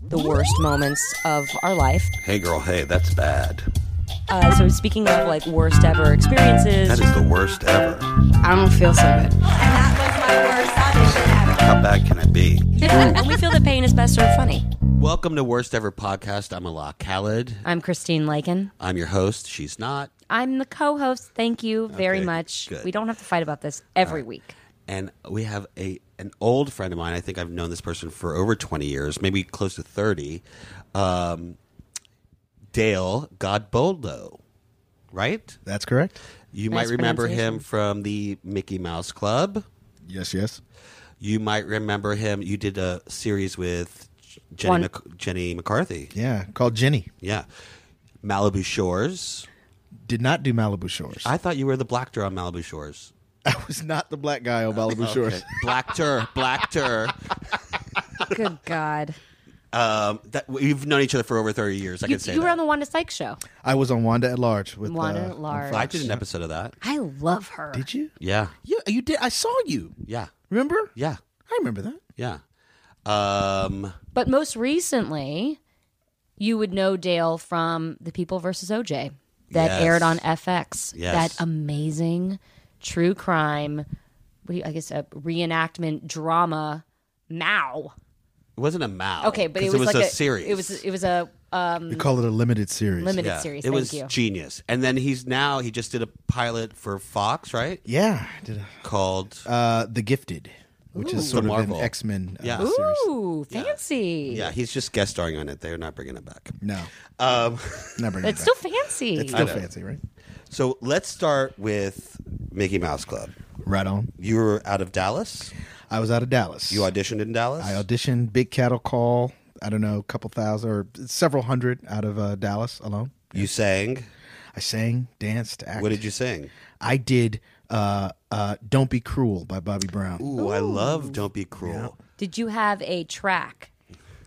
the worst moments of our life. Hey, girl, hey, that's bad. Uh, so speaking of like worst ever experiences, That is the worst ever. I don't feel so good. And that was my worst audition ever. How bad can it be? and we feel that pain is best served funny. Welcome to Worst Ever Podcast. I'm Alaa Khalid. I'm Christine Lycan. I'm your host. She's not. I'm the co-host. Thank you very Okay, much. good. We don't have to fight about this every week. And we have a an old friend of mine. I think I've known this person for over 20 years, maybe close to 30. Um, Dale Godbolo, right? That's correct. You Nice might remember pronunciation. him from the Mickey Mouse Club. Yes, yes. You might remember him. You did a series with Jenny, One- Mac- Jenny McCarthy. Yeah, called Jenny. Yeah. Malibu Shores. Did not do Malibu Shores. I, I thought you were the black on Malibu Shores. was not the black guy on Malibu Shores. Black Tur, Black Tur. Good God, Um, that, we've known each other for over 30 years. I you, can say you were that. on the Wanda Sykes show. I was on Wanda at Large with Wanda uh, at Large. I did an episode of that. I love her. Did you? Yeah. Yeah, you did. I saw you. Yeah. Remember? Yeah. I remember that. Yeah. Um, But most recently, you would know Dale from The People versus OJ that Yes. aired on FX. Yes. That amazing true crime, what do you- I guess a reenactment drama. Mao. it wasn't a mouth. Okay, but it was, like a, series. It was it was a um, We call it a limited series. limited yeah, series. It Thank was you. genius. And then he's now, he just did a pilot for Fox, right? Yeah. I Did Called. uh, the Gifted, which is sort The of Marvel. an X Men uh, Yeah. series. Ooh, fancy. yeah, he's just guest starring on it. They're not bringing it back. No, Um, not bringing It's it still back. fancy. It's still fancy, right? so let's start with Mickey Mouse Club. Right on. You were out of Dallas. I was out of Dallas. You auditioned in Dallas. I auditioned Big Cattle Call. I don't know, a couple thousand or several hundred out of uh, Dallas alone. You sang. I sang, danced, acted. What did you sing? I did uh, uh, "Don't Be Cruel" by Bobby Brown. Ooh, I love "Don't Be Cruel." Did you have a track?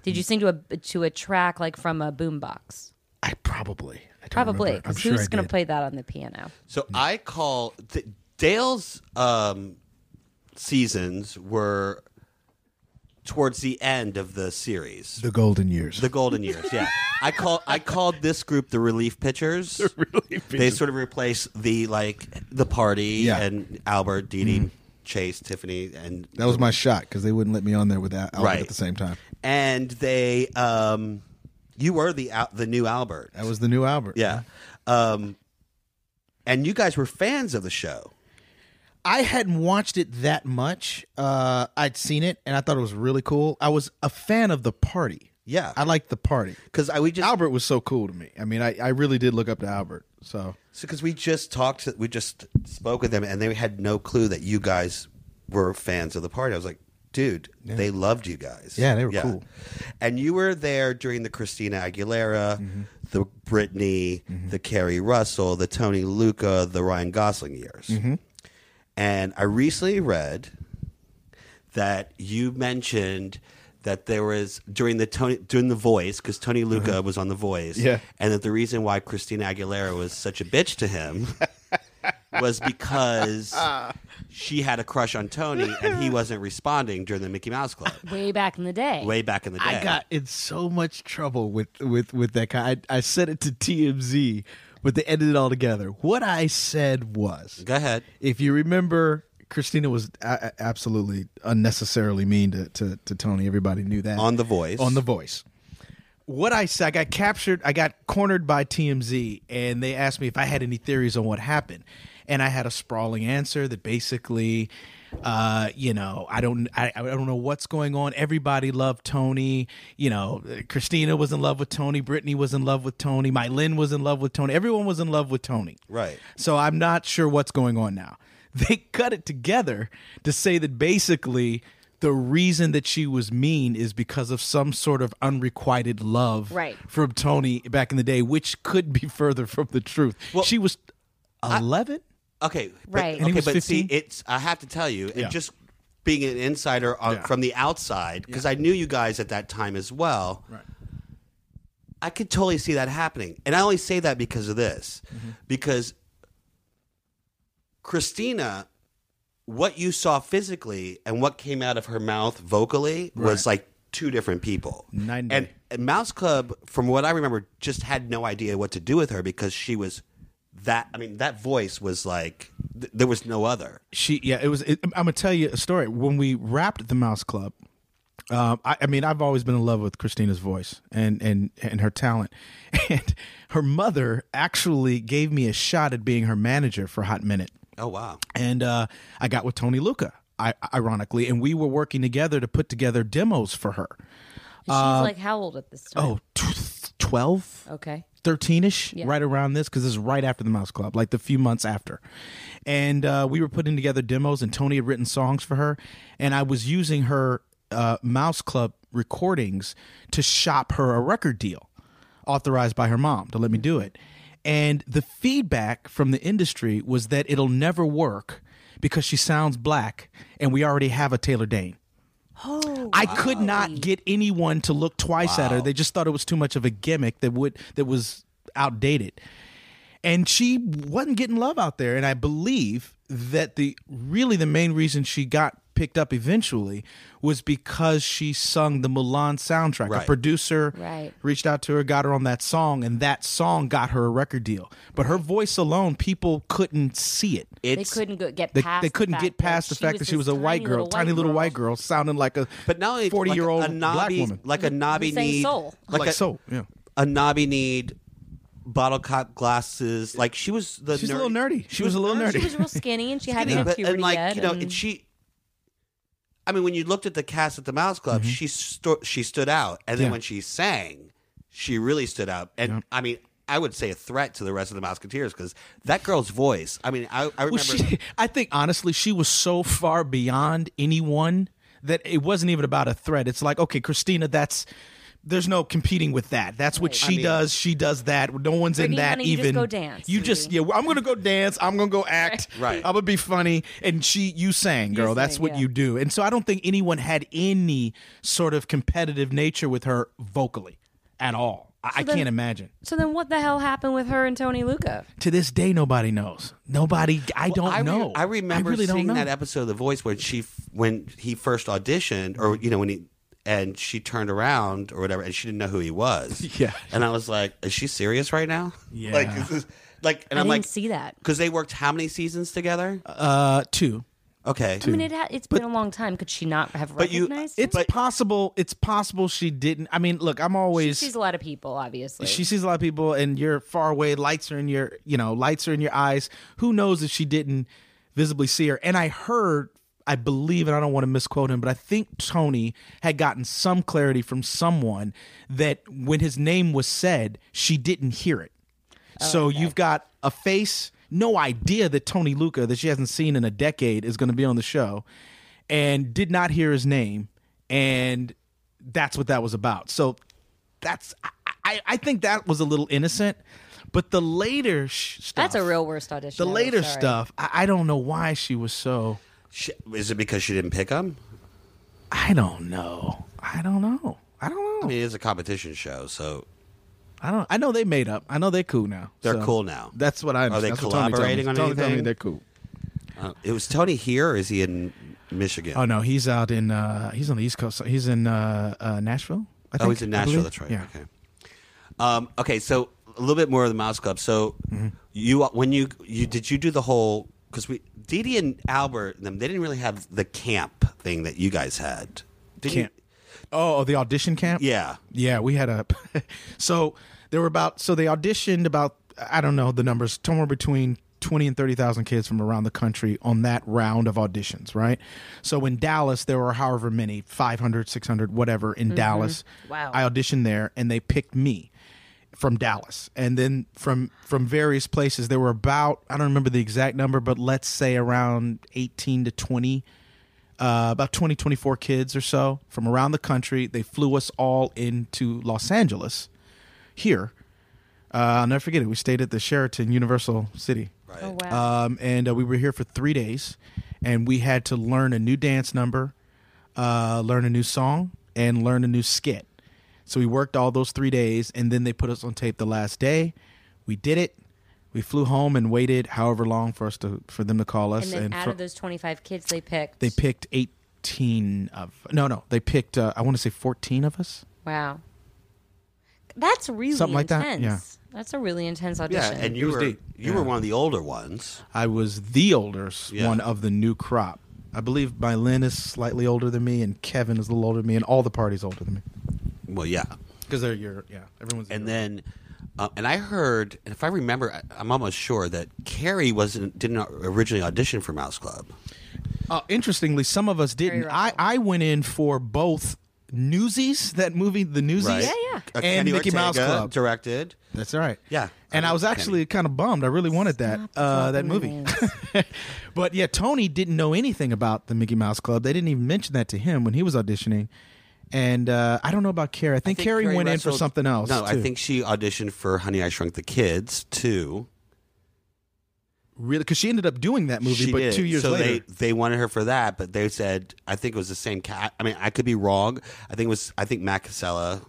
Did you sing to a to a track like from a boombox? I probably, I don't Probably. remember. I'm 'cause sure who's I going to did. play that on the piano? So I call th- Dale's um, seasons were towards the end of the series, the, the Golden Years? golden years. Yeah, I call I called this group the relief pitchers. The relief They sort of replace the like the party Yeah. and Albert, Dee Dee, Chase, Tiffany, and that was my shot because they wouldn't let me on there with Al- Albert Right. at the same time. and they um, you were the Al- the new Albert. That was the new Albert. Yeah. Um, and you guys were fans of the show. I hadn't watched it that much. Uh, I'd seen it and I thought it was really cool. I was a fan of the party. Yeah. I liked the party. Because I we just Albert was so cool to me. I mean, I, I really did look up to Albert. So because we just talked we just spoke with them and they had no clue that you guys were fans of the party. I was like, dude, they loved you guys. Yeah, they were cool. And you were there during the Christina Aguilera, Mm-hmm. the Britney, the Carrie Russell, the Tony Luca, the Ryan Gosling years. Mm-hmm. And I recently read that you mentioned that there was during the Tony during the Voice because Tony Luca was on the Voice, Mm-hmm. Yeah. and that the reason why Christina Aguilera was such a bitch to him was because she had a crush on Tony and he wasn't responding during the Mickey Mouse Club Way back in the day. way back in the day. I got in so much trouble with with with that kind. I, I sent it to TMZ, but they edited it all together. What I said was, Go ahead. if you remember, Christina was a- a- absolutely unnecessarily mean to, to to Tony. Everybody knew that On The Voice. On the Voice. What I said, I got captured. I got cornered by TMZ, and they asked me if I had any theories on what happened, and I had a sprawling answer that basically. Uh, you know, I don't, I, I don't know what's going on. Everybody loved Tony. You know, Christina was in love with Tony. Brittany was in love with Tony. My Lynn was in love with Tony. Everyone was in love with Tony. Right. So I'm not sure what's going on now. They cut it together to say that basically the reason that she was mean is because of some sort of unrequited love Right. from Tony back in the day, which could be further from the truth. she was 11? Okay, but- Right. And he okay, was but see, 15? it's I have to tell you, and Yeah. just being an insider on, Yeah. from the outside, because I knew you guys at that time as well. Right. I could totally see that happening, and I only say that because of this, Mm-hmm. because Christina, what you saw physically and what came out of her mouth vocally was like two different people. Nine and day. Mouse Club, from what I remember, just had no idea what to do with her because she was that. I mean, that voice was like th- there was no other. she yeah it was it, i'm gonna tell you a story when we wrapped the mouse club um, I, I mean i've always been in love with christina's voice and and and her talent and her mother actually gave me a shot at being her manager for a hot minute Oh wow! and uh, I got with Tony Luca, I, ironically, and we were working together to put together demos for her. She's Uh, like how old at this time? Oh, tw- 12? okay. 13 ish, right around this, because this is right after the Mouse Club, like the few months after. And uh, we were putting together demos, and Tony had written songs for her. And I was using her uh, Mouse Club recordings to shop her a record deal authorized by her mom to let me do it. And the feedback from the industry was that it'll never work because she sounds black, and we already have a Taylor Dane. I could not get anyone to look twice at her. They just thought it was too much of a gimmick that would that was outdated. And she wasn't getting love out there. And I believe that the really the main reason she got picked up eventually was because she sung the Milan soundtrack. A Right. producer Right. reached out to her, got her on that song, and that song got her a record deal. But her voice alone, people couldn't see it. They It's couldn't go, get They, past. they couldn't the fact get past the fact that she was a this white tiny girl, little tiny little white girl, sounding like a but not only forty like year old a black knobby, woman, like a knobby Who's saying need, soul? like, so. Yeah, a knobby need, bottle cap glasses. Like she was the she's a little nerdy. She was a little She nerdy. was real skinny and she hadn't But- hit puberty and like yet. you know, and- and she. I mean, when you looked at the cast at the Mouse Club, she sto- she stood out, and then Yeah. when she sang, she really stood out. And I mean, I would say a threat to the rest of the Musketeers because that girl's voice. I mean, I, I remember. Well, she, I think honestly, she was so far beyond anyone that it wasn't even about a threat. It's like, okay, Christina, that's there's no competing with that. That's what she mean- does. She does that. No one's in Brittany, that honey, you just even. go dance, You just sweetie. yeah. well, I'm gonna go dance. I'm gonna go act. Right. I'm gonna be funny. And she, you sang, girl. that's sang, what yeah. you do. And so I don't think anyone had any sort of competitive nature with her vocally at all. I, I then- can't imagine. so then, what the hell happened with her and Tony Luca? To this day, nobody knows. Nobody. I don't I re- know. I remember really don't seeing know. that episode of The Voice when she f- when he first auditioned, or you know when he and she turned around or whatever, and she didn't know who he was. Yeah. and I was like, is she serious right now? Yeah. like is this like, and I am didn't like, see that. because they worked how many seasons together? Uh, two. okay, I mean, it ha- it's been a long time. Could she not have But you- recognized? It's But- possible. It's possible she didn't. I mean, look, I'm always. She's a lot of people, obviously. she sees a lot of people, and you're far away. Lights are in your, you know, lights are in your eyes. Who knows if she didn't visibly see her? And I heard, I believe, and I don't want to misquote him, but I think Tony had gotten some clarity from someone that when his name was said, she didn't hear it. Oh, so you've got a face, no idea that Tony Luca, that she hasn't seen in a decade, is going to be on the show, and did not hear his name, and that's what that was about. So that's I, I, I think that was a little innocent, but the later sh- stuff. That's a real worst audition. The ever, later sorry. stuff, I, I don't know why she was so. She, is it because she didn't pick him? I don't know. I don't know. I don't I know. mean, it is a competition show, so I don't. I know they made up. I know they're cool now. They're So cool now. That's what I. Are they that's what Tony told me. collaborating on Tony told me anything? They're cool. uh, it was Tony here, or is he in Michigan? Oh no, he's out in uh he's on the East Coast. so He's in uh, uh Nashville. I think, oh, he's in I Nashville. believe. That's right. Yeah. Okay. Um, okay, so a little bit more of the Mouse Club. So Mm-hmm. you uh, when you you did you do the whole because we Dee Dee and Albert and them they didn't really have the camp thing that you guys had. Did Camp. Oh, the audition camp. You? Yeah. Yeah, we had a. so there were about. So they auditioned about. I don't know the numbers. Somewhere between twenty and thirty thousand kids from around the country on that round of auditions, right? So in Dallas, there were however many 500, 600, whatever in Dallas. Wow. I auditioned there, and they picked me from Dallas, and then from from various places. There were about I don't remember the exact number, but let's say around eighteen to twenty uh, about 20, 24 kids or so from around the country. They flew us all into Los Angeles here. Uh, I'll never forget it. We stayed at the Sheraton Universal City. Right. Oh wow. Um, and uh, we were here for three days, and we had to learn a new dance number, uh, learn a new song, and learn a new skit. So we worked all those three days, and then they put us on tape the last day. We did it. We flew home and waited however long for us to for them to call us. and then out for- of those twenty-five kids they picked, they picked 18 of no no they picked uh, i want to say 14 of us wow. That's really Something like that, intense. That's a really intense audition. Yeah, and It you was were deep. you were one of the older ones. I was the oldest Yeah. one of the new crop. I believe my Lynn is slightly older than me, and Kevin is a little older than me, and all the party's older than me Well, yeah, because they're your yeah. Everyone's and your- then uh, and I heard, and if I remember, I, I'm almost sure that Carrie wasn't didn't originally audition for Mouse Club. uh, interestingly, some of us didn't. Russell. I I went in for both Newsies, that movie, the Newsies, Yeah, yeah. Uh, and Kenny Mickey Mouse Ortega Club. directed. That's all right. Yeah. And I was actually kind of bummed. I really wanted that uh, that movie. but yeah, Tony didn't know anything about the Mickey Mouse Club. They didn't even mention that to him when he was auditioning. And uh, I don't know about Carrie. I think, Carrie, went in for wrestled- something else. No, I too. think she auditioned for Honey I Shrunk the Kids too. really because she ended up doing that movie, She but did. two years so later. they they wanted her for that, but they said I think it was the same cat. I mean, I could be wrong. I think it was I think Matt Casella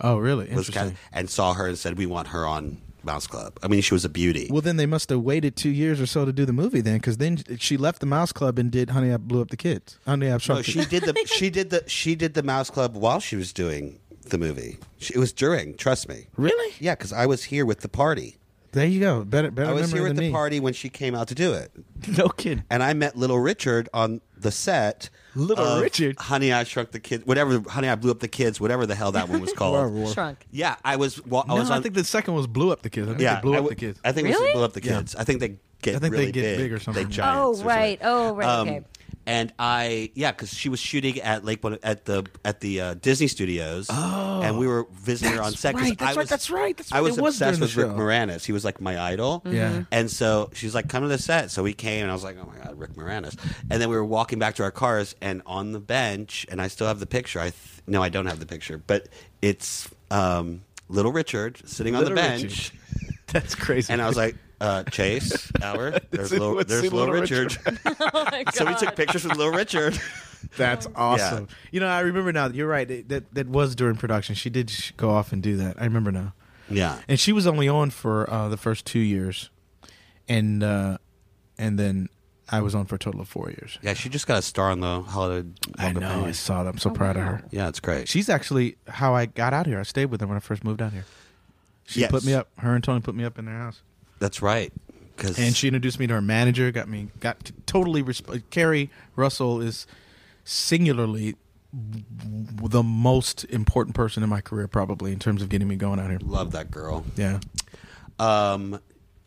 oh, really? was Interesting. cast and saw her and said we want her on Mouse Club. I mean, she was a beauty. well, then they must have waited two years or so to do the movie then, because then she left the Mouse Club and did "Honey, I Blew Up the Kids." Honey, I Shrunk no, the she did the she did the she did the Mouse Club while she was doing the movie. She, it was during. Trust me. Really? Yeah, because I was here with the party. There you go. Better, better I was memory here at than the me. party when she came out to do it. No kidding. and I met Little Richard on the set. Little of Richard? Honey, I Shrunk the Kids. Whatever. Honey, I Blew Up the Kids. Whatever the hell that one was Whatever. called. Shrunk. yeah, I was. Well, I No, was on. I think the second was blew up the kids. I think yeah, they blew I up w- the kids. I think it Really? was blew up the Yeah. kids. I think they get. I think they really get big. big or something. They giants Oh, or right. something. Oh, right. Okay. Um, And I yeah, because she was shooting at Lake Bon- at the at the uh, Disney Studios, oh, and we were visiting her on set. 'cause right, that's I right, was, that's right, that's I right, was it was during obsessed with the Rick show. Mm-hmm. Moranis. He was like my idol. Yeah. And so she's like, "Come to the set." So we came, and I was like, "Oh my god, Rick Moranis!" And then we were walking back to our cars, and on the bench, and I still have the picture. I th- no, I don't have the picture, but it's um, Little Richard sitting on the Little bench. Richard. That's crazy. And I was like, uh, Chase, Albert, there's Let's see- little, let's there's see little Little Richard. Oh my God. so we took pictures with little Richard. That's awesome. You know, I remember now. You're right. It- That that was during production. She did sh- go off and do that. I remember now. yeah. And she was only on for uh, the first two years, and uh, and then I was on for a total of four years. Yeah, she just got a star on the Holiday I Walk of know. I Fame. saw that. I'm so proud of her. Yeah, it's great. She's actually how I got out here. I stayed with her when I first moved out here. She Yes. put me up. Her and Tony put me up in their house. That's right. Cause, and she introduced me to her manager. Got me got t- totally. Resp- Carrie Russell is singularly w- the most important person in my career, probably in terms of getting me going out here. love that girl. Yeah, Um,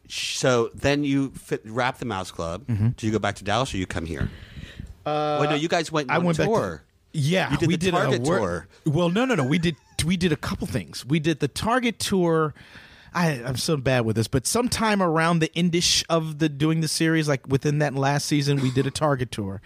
sh- so then you fit, wrap the Mouse Club. Mm-hmm. Do you go back to Dallas or you come here? Uh, Wait, no, you guys went. I on went back. tour. To, yeah, You did we the did Target a wor- tour. Well, no, no, no. We did we did a couple things. We did the Target tour. I, I'm so bad with this, but sometime around the endish of the doing the series, like within that last season, we did a Target tour.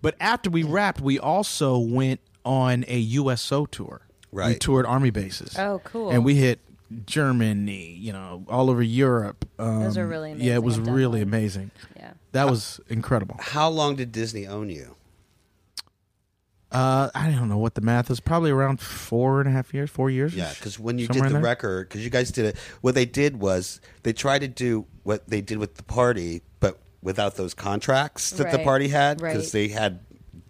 But after we wrapped, we also went on a USO tour. We Right. toured army bases. Oh, cool. And we hit Germany, you know, all over Europe. Um, Those are really Yeah, it amazing. was I've done really those. amazing. Yeah. That Uh, was incredible. How long did Disney own you? Uh, I don't know what the math is. Probably around four and a half years, four years. Yeah, because when you Somewhere in did the there. record, because you guys did it, what they did was they tried to do what they did with the party, but without those contracts that the Right, party had, because right. they had.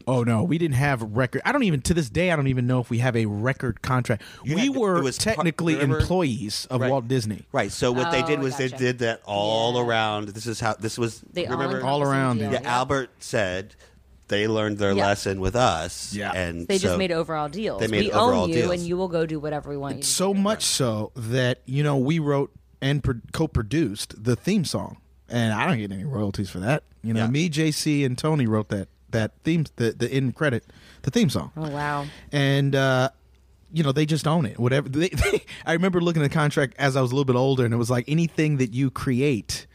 Oh no, we didn't have record. I don't even to this day. I don't even know if we have a record contract. You we had- were it was par- technically remember? employees of Right. Walt Disney. Right. So what they Oh, did was they gotcha. did that all Yeah. around. This is how this was. They remember All around, Yeah, yeah. Yeah, Albert said they learned their Yeah. lesson with us. Yeah. and They just so- made overall deals. They made we overall own you, deals. and you will go do whatever we want you to So much so that you know we wrote and pro- co-produced the theme song, and I don't get any royalties for that. You know, Yeah. me, JC, and Tony wrote that that theme, the the end credit, the theme song. do. Oh, wow. and uh, you know they just own it. Whatever they, they, I remember looking at the contract as I was a little bit older, and it was like anything that you create,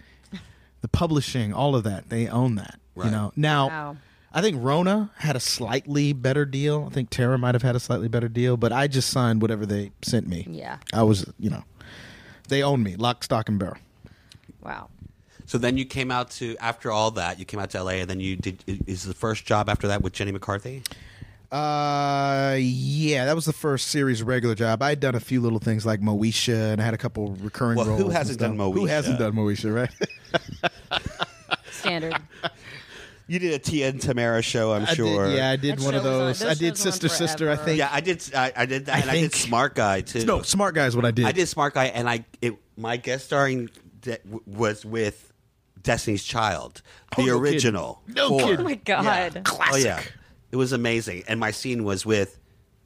the publishing, all of that, they own that. Right. You know now. Wow. I think Rona had a slightly better deal. I think Tara might have had a slightly better deal, but I just signed whatever they sent me. Yeah. I was, you know, they owned me, lock, stock, and barrel. Wow. So then you came out to after all that you came out to L.A. and then you did is the first job after that with Jenny McCarthy. Uh, yeah, that was the first series regular job. I had done a few little things like Moesha, and I had a couple recurring Well, who roles. and hasn't done stuff. Who Moesha? hasn't done Moesha, right? Standard. You did a Tia and Tamara show, I'm sure. yeah, I did That one of show was on- those. those I did shows were on Sister Sister. I forever. think. Yeah, I did. I, I did that, and I did think- Smart Guy too. No, Smart Guy is what I did. I did Smart Guy, and I it, my guest starring de- w- was with Destiny's Child, the Oh, no kidding. original. No four. kidding. Oh my god. Oh yeah, it was amazing, and my scene was with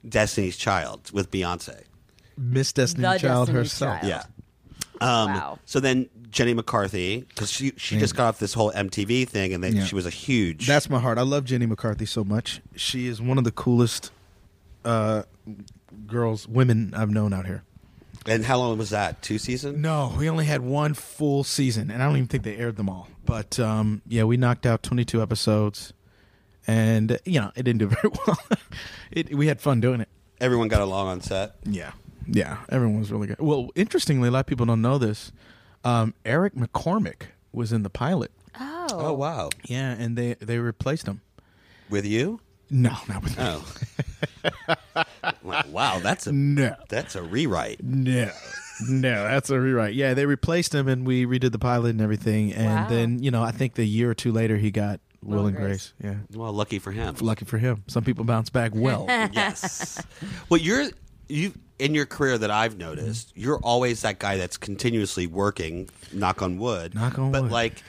Destiny's Child with Beyonce. Miss Destiny The Child Destiny herself. Child. Yeah. Um, Wow. So then Jenny McCarthy, because she she just got off this whole MTV thing, and then Mm. Yeah. she was a huge. That's my heart. I love Jenny McCarthy so much. She is one of the coolest uh, girls, women I've known out here. and how long was that? Two seasons? No, we only had one full season, and I don't even think they aired them all. But um, yeah, we knocked out 22 episodes, and uh, you know it didn't do very well. it, we had fun doing it. Everyone got along on set. Yeah, yeah, everyone was really good. Well, interestingly, a lot of people don't know this. Um, Eric McCormick was in the pilot. Oh. Oh wow, Yeah, and they they replaced him. Uh, with you? No, not with me. Oh. Like, wow, that's a No. that's a rewrite. No, no, that's a rewrite. Yeah, they replaced him, and we redid the pilot and everything. And Wow. then you know, I think the year or two later, he got Will, Will and and Grace. Yeah, Well, lucky for him. lucky for him, some people bounce back well. yes. Well, you're you in your career that I've noticed, Mm-hmm. you're always that guy that's continuously working. Knock on wood. Knock on but wood. Mm-hmm. like,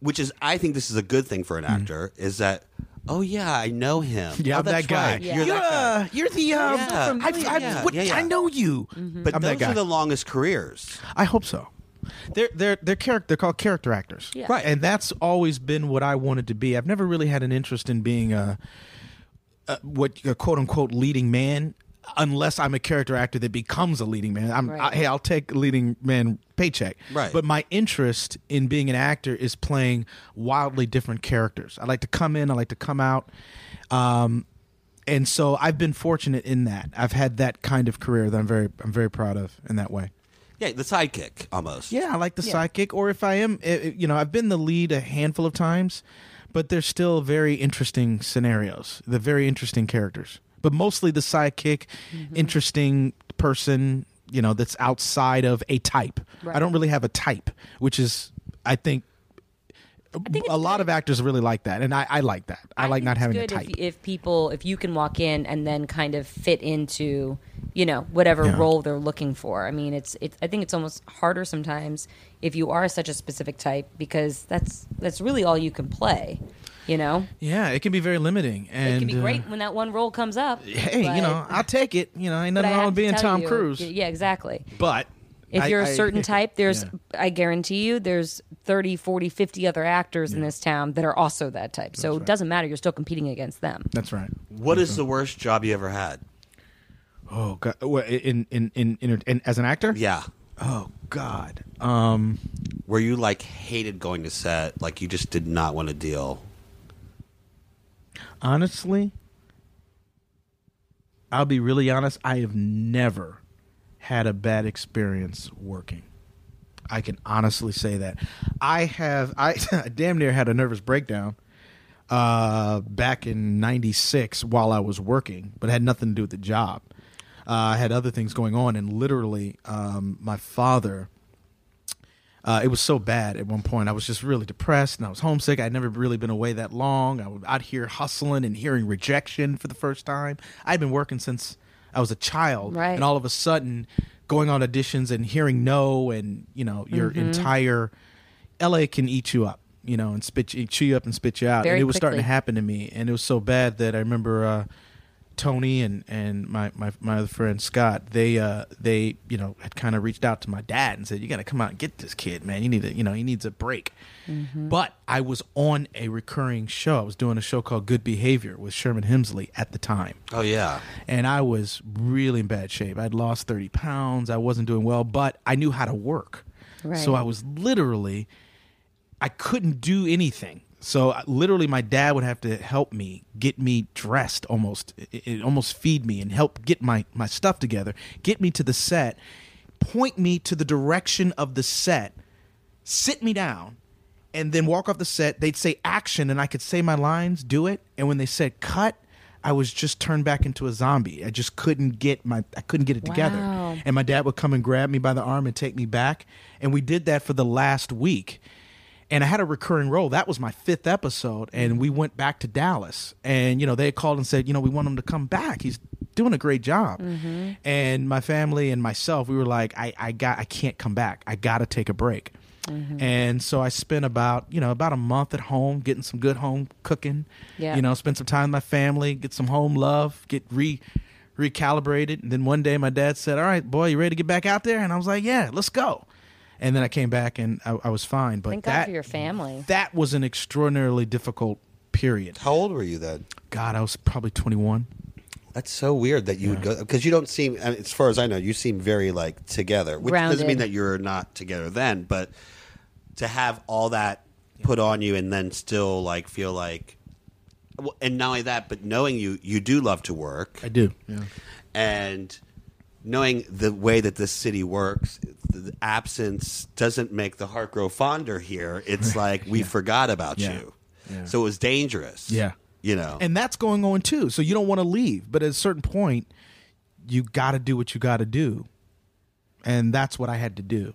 which is I think this is a good thing for an actor is that. Oh yeah, I know him. Yeah, Oh, I'm that that's guy. right. Yeah. You're that guy. you're the um, Yeah. I, I, Yeah, what- yeah, yeah. I know you. But I'm those that guy. are the longest careers. I hope so. They're they're they're character. They're called character actors, Yeah. Right. And that's always been what I wanted to be. I've never really had an interest in being a, a what a quote unquote leading man, unless I'm a character actor that becomes a leading man. I'm Right. I, hey, I'll take a leading man paycheck. Right. But my interest in being an actor is playing wildly different characters. I like to come in. I like to come out. Um, and so I've been fortunate in that. I've had that kind of career that I'm very I'm very proud of in that way. Yeah, the sidekick almost. Yeah, I like the Yeah. sidekick. Or if I am, i- i- you know, I've been the lead a handful of times, but they're still very interesting scenarios. They're very interesting characters, but mostly the sidekick, Mm-hmm. interesting person, you know, that's outside of a type. I Right. don't really have a type, which is, I think. think a it's lot of actors really like that, and I, I like that. I, like think not it's having a good type. If, if people, if you can walk in and then kind of fit into, you know, whatever Yeah. role they're looking for. I mean, it's, it's. I think it's almost harder sometimes if you are such a specific type because that's that's really all you can play. You know, yeah, it can be very limiting, and it can be uh, great when that one role comes up. hey, but- you know, I'll take it. You know, ain't but I nothing wrong have with to being tell Tom you- Cruise, Yeah, exactly. but if I- you're a I- certain type there's Yeah. i guarantee you there's 30 40 50 other actors in this town that are also that type so it doesn't matter you're still competing against them That's right. What Mm-hmm. is the worst job you ever had? Oh god! Well, in, in in in in as an actor? Yeah. Oh god. Um. Where you like hated going to set, like you just did not want to deal. Honestly, I'll be really honest. I have never had a bad experience working. I can honestly say that. I have. I damn near had a nervous breakdown uh, back in '96 while I was working, but it had nothing to do with the job. Uh, I had other things going on, and literally, um, my father. Uh, it was so bad at one point. I was just really depressed and I was homesick. I'd never really been away that long. I was out here hustling and hearing rejection for the first time. I'd been working since I was a child. Right. And all of a sudden, going on auditions and hearing no, and, you know, your entire LA can eat you up, you know, and spit you, chew you up and spit you out. Very and it was starting to quickly. happen to me. And it was so bad that I remember. Uh, Tony and, and my, my, my other friend Scott, they uh they, you know, had kind of reached out to my dad and said, You gotta come out and get this kid, man. You need a you know, he needs a break. Mm-hmm. But I was on a recurring show. I was doing a show called Good Behavior with Sherman Hemsley at the time Oh yeah. and I was really in bad shape. I'd lost 30 pounds. I wasn't doing well, but I knew how to work. Right. So I was literally, I couldn't do anything. So I- literally, my dad would have to help me get me dressed, almost, i- i- almost feed me and help get my my stuff together, get me to the set, point me to the direction of the set, sit me down, and then walk off the set. They'd say action, and I could say my lines, do it. And when they said cut, I was just turned back into a zombie. I just couldn't get my I couldn't get it together. Wow. And my dad would come and grab me by the arm and take me back. And we did that for the last week. and I had a recurring role. That was my fifth episode, and we went back to Dallas. And you know, they had called and said, you know, we want him to come back. He's doing a great job. And my family and myself, we were like, I, I got, I can't come back. I got to take a break. And so I spent about you know about a month at home getting some good home cooking, Yeah. you know, spend some time with my family, get some home love, get re recalibrated. And then one day my dad said, All right, boy, you ready to get back out there? And I was like, Yeah, let's go. And then I came back and I, I was fine. But Thank God that, for your family. that was an extraordinarily difficult period. How old were you then? God, I was probably 21. That's so weird that you would go because you don't seem, I mean, as far as I know, you seem very like together, which doesn't mean Grounded. that you're not together then, but to have all that put on you and then still like feel like, well, and not only that, but knowing you, you do love to work I do. Yeah. and knowing the way that this city works, the absence doesn't make the heart grow fonder here. It's like we forgot about Yeah. you. Yeah. So it was dangerous. Yeah. You know. And that's going on too. So you don't want to leave. But at a certain point, you got to do what you got to do. And that's what I had to do.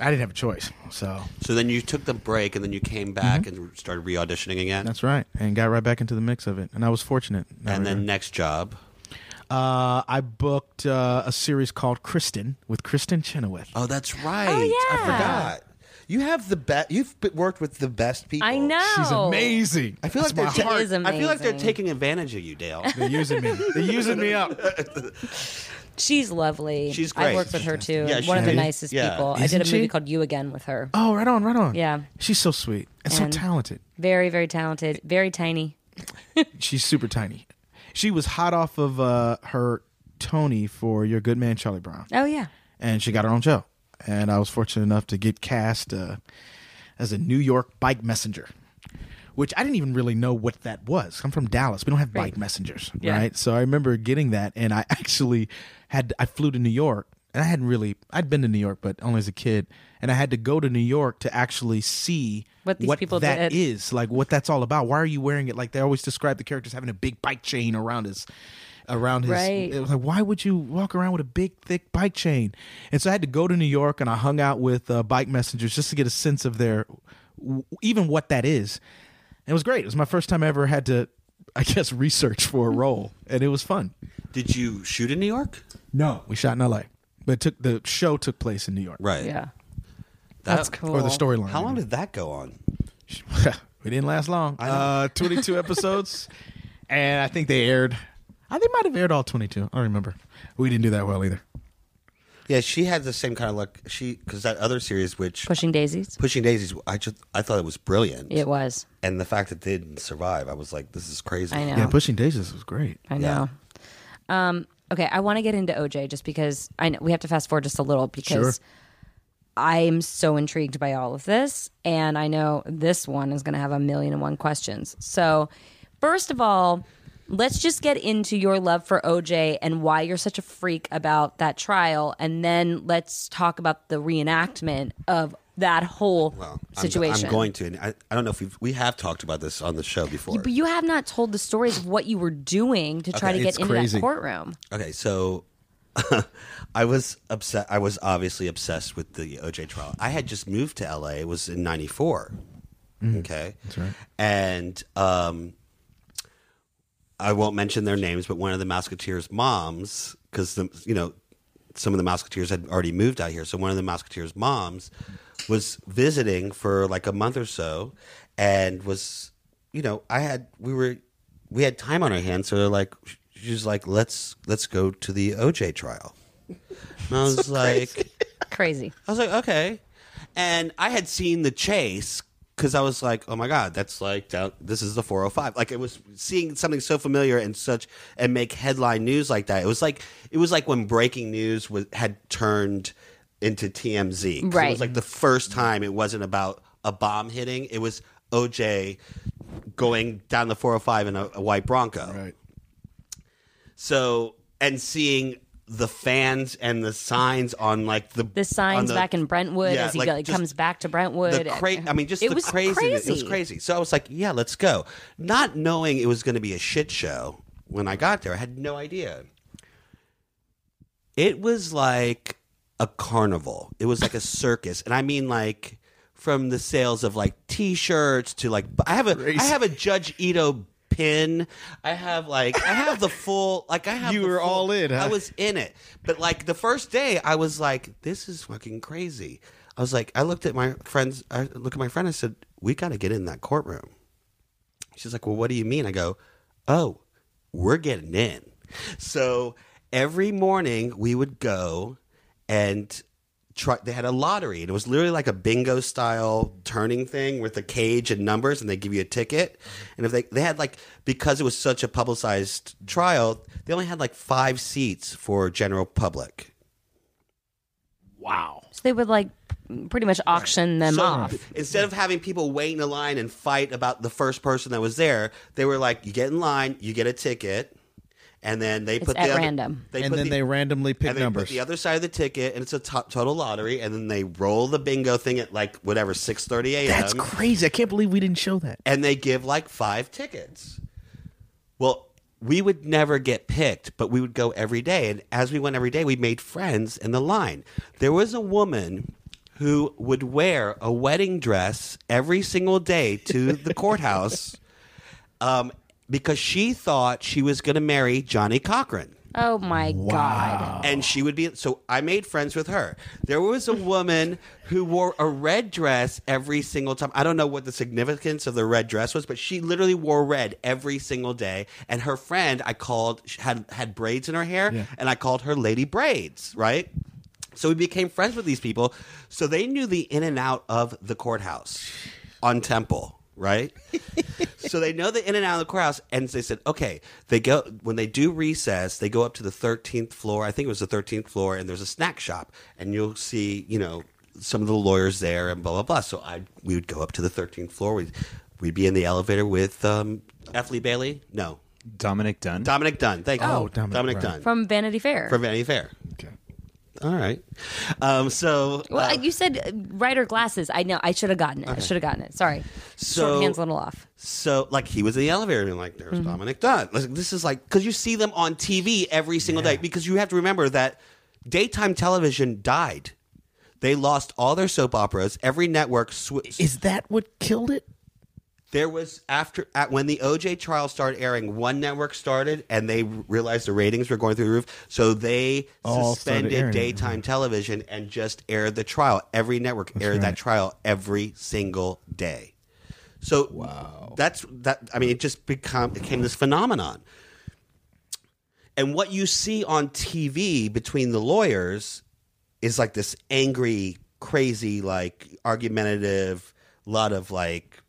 I didn't have a choice. So so then you took the break and then you came back Mm-hmm. and started re auditioning again. That's right, and got right back into the mix of it, and I was fortunate. in that and then regard. next job. uh, I booked uh, a series called Kristen with Kristen Chenoweth. Oh, that's right. I yeah. forgot. You have the best. You've be- worked with the best people. I know. She's amazing. I feel like That's they're my heart. ta- I feel like they're amazing. taking advantage of you, Dale. They're using me. They're using me up. She's lovely. She's I great. worked with her too. Yeah, One of she the is. nicest Yeah. people. I did a Isn't movie she? called You Again with her. Oh, right on, right on. Yeah. she's so sweet and, And- so talented. Very, very talented. Very tiny. She's super tiny. She was hot off of uh, her Tony for Your Good Man Charlie Brown, Oh yeah. and she got her own show. And I was fortunate enough to get cast uh, as a New York bike messenger. which I didn't even really know what that was. I'm from Dallas. We don't have bike messengers, Yeah. right? So I remember getting that, and I actually had I flew to New York, and I hadn't really I'd been to New York, but only as a kid, and I had to go to New York to actually see What these people that did. is, like what that's all about. Why are you wearing it? Like they always describe the characters having a big bike chain around his. Around his, Right. it was like, why would you walk around with a big, thick bike chain? And so I had to go to New York, and I hung out with uh, bike messengers just to get a sense of their, w- even what that is. It was great. It was my first time I ever had to, I guess, research for a role, and it was fun. Did you shoot in New York? No, we shot in L.A., but it took the show took place in New York, Right. Yeah. That- That's cool. Or the storyline. How long did that go on? we didn't last long. Uh, twenty-two episodes, and I think they aired. I think might have aired all twenty-two. I don't remember. We didn't do that well either. Yeah, she had the same kind of look. She because that other series, which Pushing Daisies. Pushing Daisies, I just I thought it was brilliant. It was. and the fact that they didn't survive, I was like, this is crazy. I know. Yeah, Pushing Daisies was great. I Yeah. know. Um, okay, I want to get into OJ just because I know we have to fast forward just a little because Sure. I'm so intrigued by all of this, and I know this one is going to have a million and one questions. So, first of all, let's just get into your love for OJ and why you're such a freak about that trial, and then let's talk about the reenactment of that whole Well, I'm- situation. I'm, going to. And I, I don't know if we've, we have talked about this on the show before. but you have not told the stories of what you were doing to try Okay. to get It's into crazy. that courtroom. Okay, so I was upset. I was obviously obsessed with the OJ trial. I had just moved to LA. It was in '94. Okay, Mm-hmm. that's right. And um, I won't mention their names, but one of the Musketeers' moms, because the you know some of the Musketeers had already moved out here, so one of the Musketeers' moms was visiting for like a month or so, and was you know I had we were we had time on our hands, so they're like she's like let's let's go to the OJ trial. And I was like. Crazy. I was like, okay. And I had seen the chase because I was like, oh my god, that's like down, this is the 405. Like it was seeing something so familiar and such and make headline news like that. It was like it was like when breaking news was had turned into TMZ. 'Cause It Right. was like the first time it wasn't about a bomb hitting. It was OJ going down the 405 in a, a white Bronco. Right. So and seeing the fans and the signs on like the the on signs back in Brentwood yeah, as he go- like, just comes back to Brentwood. The cra- I mean, just it the was crazy. It was crazy. crazy. So I was like, yeah, let's go. Not knowing it was going to be a shit show when I got there, I had no idea. It was like a carnival. It was like a circus, and I mean like from the sales of like T-shirts to like I have a I have a Judge Ito pin. I have like I have the full like I have You the were full- all in, huh? I was in it, but like the first day I was like, this is fucking crazy. I was like, I looked at my friends. I look at my friend. I said, we got to get in that courtroom. She's like, Well, what do you mean? I go, Oh, we're getting in. So every morning we would go and try. They had a lottery, and it was literally like a bingo style turning thing with a cage and numbers, and they give you a ticket. And if they, they had like, because it was such a publicized trial, they only had like five seats for general public. Wow. So they would like pretty much auction them So, off. Instead of having people wait in a line and fight about the first person that was there, they were like, "You get in line, you get a ticket." And then they put at the other- random. They and put then the- they randomly pick and they numbers. put the other side of the ticket, and it's a to- total lottery. And then they roll the bingo thing at like whatever six thirty a.m. That's crazy. I can't believe we didn't show that. and they give like five tickets. Well, we would never get picked, but we would go every day. And as we went every day, we made friends in the line. There was a woman who would wear a wedding dress every single day to the courthouse um, because she thought she was going to marry Johnny Cochran Oh my god! and she would be so i made friends with her there was a woman who wore a red dress every single time i don't know what the significance of the red dress was but she literally wore red every single day and her friend i called she had had braids in her hair Yeah. and i called her lady braids right so we became friends with these people so they knew the in and out of the courthouse on temple right so they know the in and out of the courthouse, and they said, okay, they go when they do recess, they go up to the thirteenth floor. I think it was the thirteenth floor, and there's a snack shop, and you'll see, you know, some of the lawyers there, and blah blah blah. So I we would go up to the thirteenth floor. We'd we'd be in the elevator with um, F. Lee Bailey, no, Dominic Dunn. Dominic Dunn. Thank you, Oh, Dominic, right. Dunn from, From Vanity Fair. Vanity Fair. Okay. All right, um, so well, uh, you said uh, writer glasses. I know. I should have gotten it. I should have gotten it. Sorry. So- Shorthand's a little off. So, like, he was in the elevator, and like, there's Dominic Dunn. Like, this is like, because you see them on TV every single day, because you have to remember that daytime television died. They lost all their soap operas. Every network switched. Is that what killed it? there was after at, when the OJ trial started airing, one network started, and they realized the ratings were going through the roof, so they All started airing suspended it, daytime television and just aired the trial. Every network aired that trial every single day. So wow, that's that. I mean, it just become became this phenomenon. And what you see on TV between the lawyers is like this angry, crazy, like argumentative, lot of like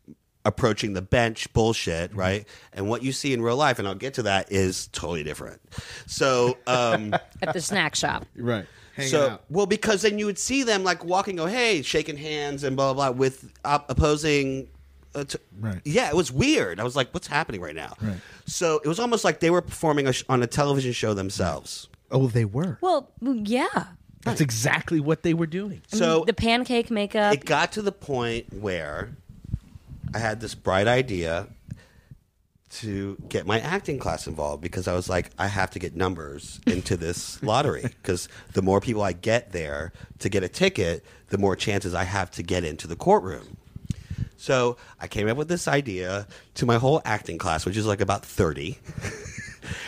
approaching the bench bullshit, Mm-hmm. right? And what you see in real life, and I'll get to that, is totally different. So, um, At the snack shop. Right. Hanging so well, because then you would see them like walking, oh hey, shaking hands and blah blah blah with op- opposing. Uh, t- Right. Yeah, it was weird. I was like, what's happening right now? Right. So it was almost like they were performing a sh- on a television show themselves. Oh, they were. Well, yeah. That's exactly what they were doing. So the pancake makeup. it got to the point where I had this bright idea to get my acting class involved because I was like, I have to get numbers into this lottery because the more people I get there to get a ticket, the more chances I have to get into the courtroom. So I came up with this idea to my whole acting class, which is like about 30.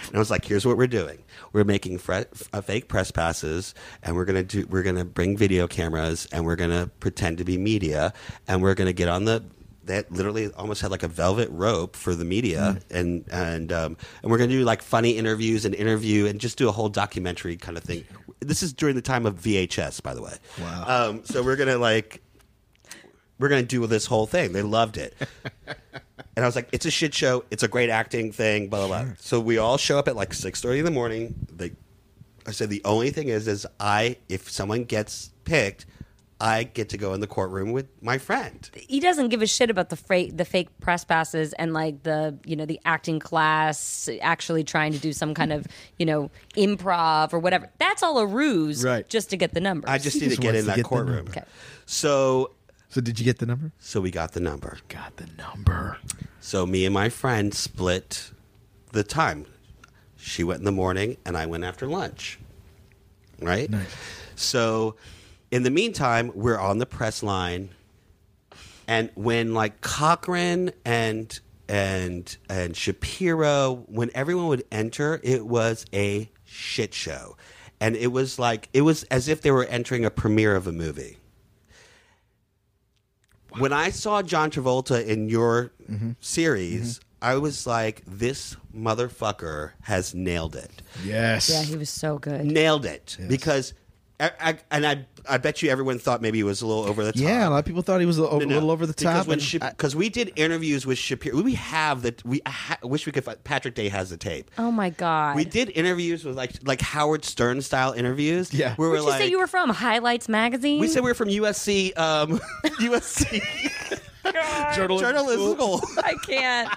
and I was like, here's what we're doing. We're making fre- uh, fake press passes and we're going to do we're going to bring video cameras and we're going to pretend to be media and we're going to get on the that literally almost had like a velvet rope for the media and and um, and we're going to do like funny interviews and interview and just do a whole documentary kind of thing. This is during the time of VHS, by the way. Wow. Um, so we're going to like we're going to do this whole thing. They loved it. and I was like, it's a shit show. It's a great acting thing, blah, blah, blah. So we all show up at like 6.30 in the morning. They, I said, the only thing is, is I, if someone gets picked, I get to go in the courtroom with my friend. he doesn't give a shit about the fake the fake press passes and like the you know the acting class actually trying to do some kind of you know improv or whatever. That's all a ruse, Right. Just to get the numbers. I just He need just to get wants in to that get the courtroom. number. Okay. So, So did you get the number? so we got the number. Got the number. So me and my friend split the time. She went in the morning and I went after lunch. Right? So in the meantime, we're on the press line And when like Cochran and and and Shapiro, when everyone would enter, it was a shit show. And it was like it was as if they were entering a premiere of a movie. When I saw John Travolta in your Mm-hmm. series, I was like, this motherfucker has nailed it Yes. Yeah, he was so good. nailed it because I, I, and I I bet you everyone thought maybe he was a little over the top. Yeah, a lot of people thought he was a little, No, no. little over the top. because when and Shap- 'cause we did interviews with Shapiro. We have that. We I ha- I wish we could. Find, Patrick Day has the tape. Oh my god. We did interviews with like like Howard Stern style interviews. Yeah. where Where'd we're you like say you were from? Highlights magazine. we said we were from USC um, USC I- journalism. journalism school. I can't.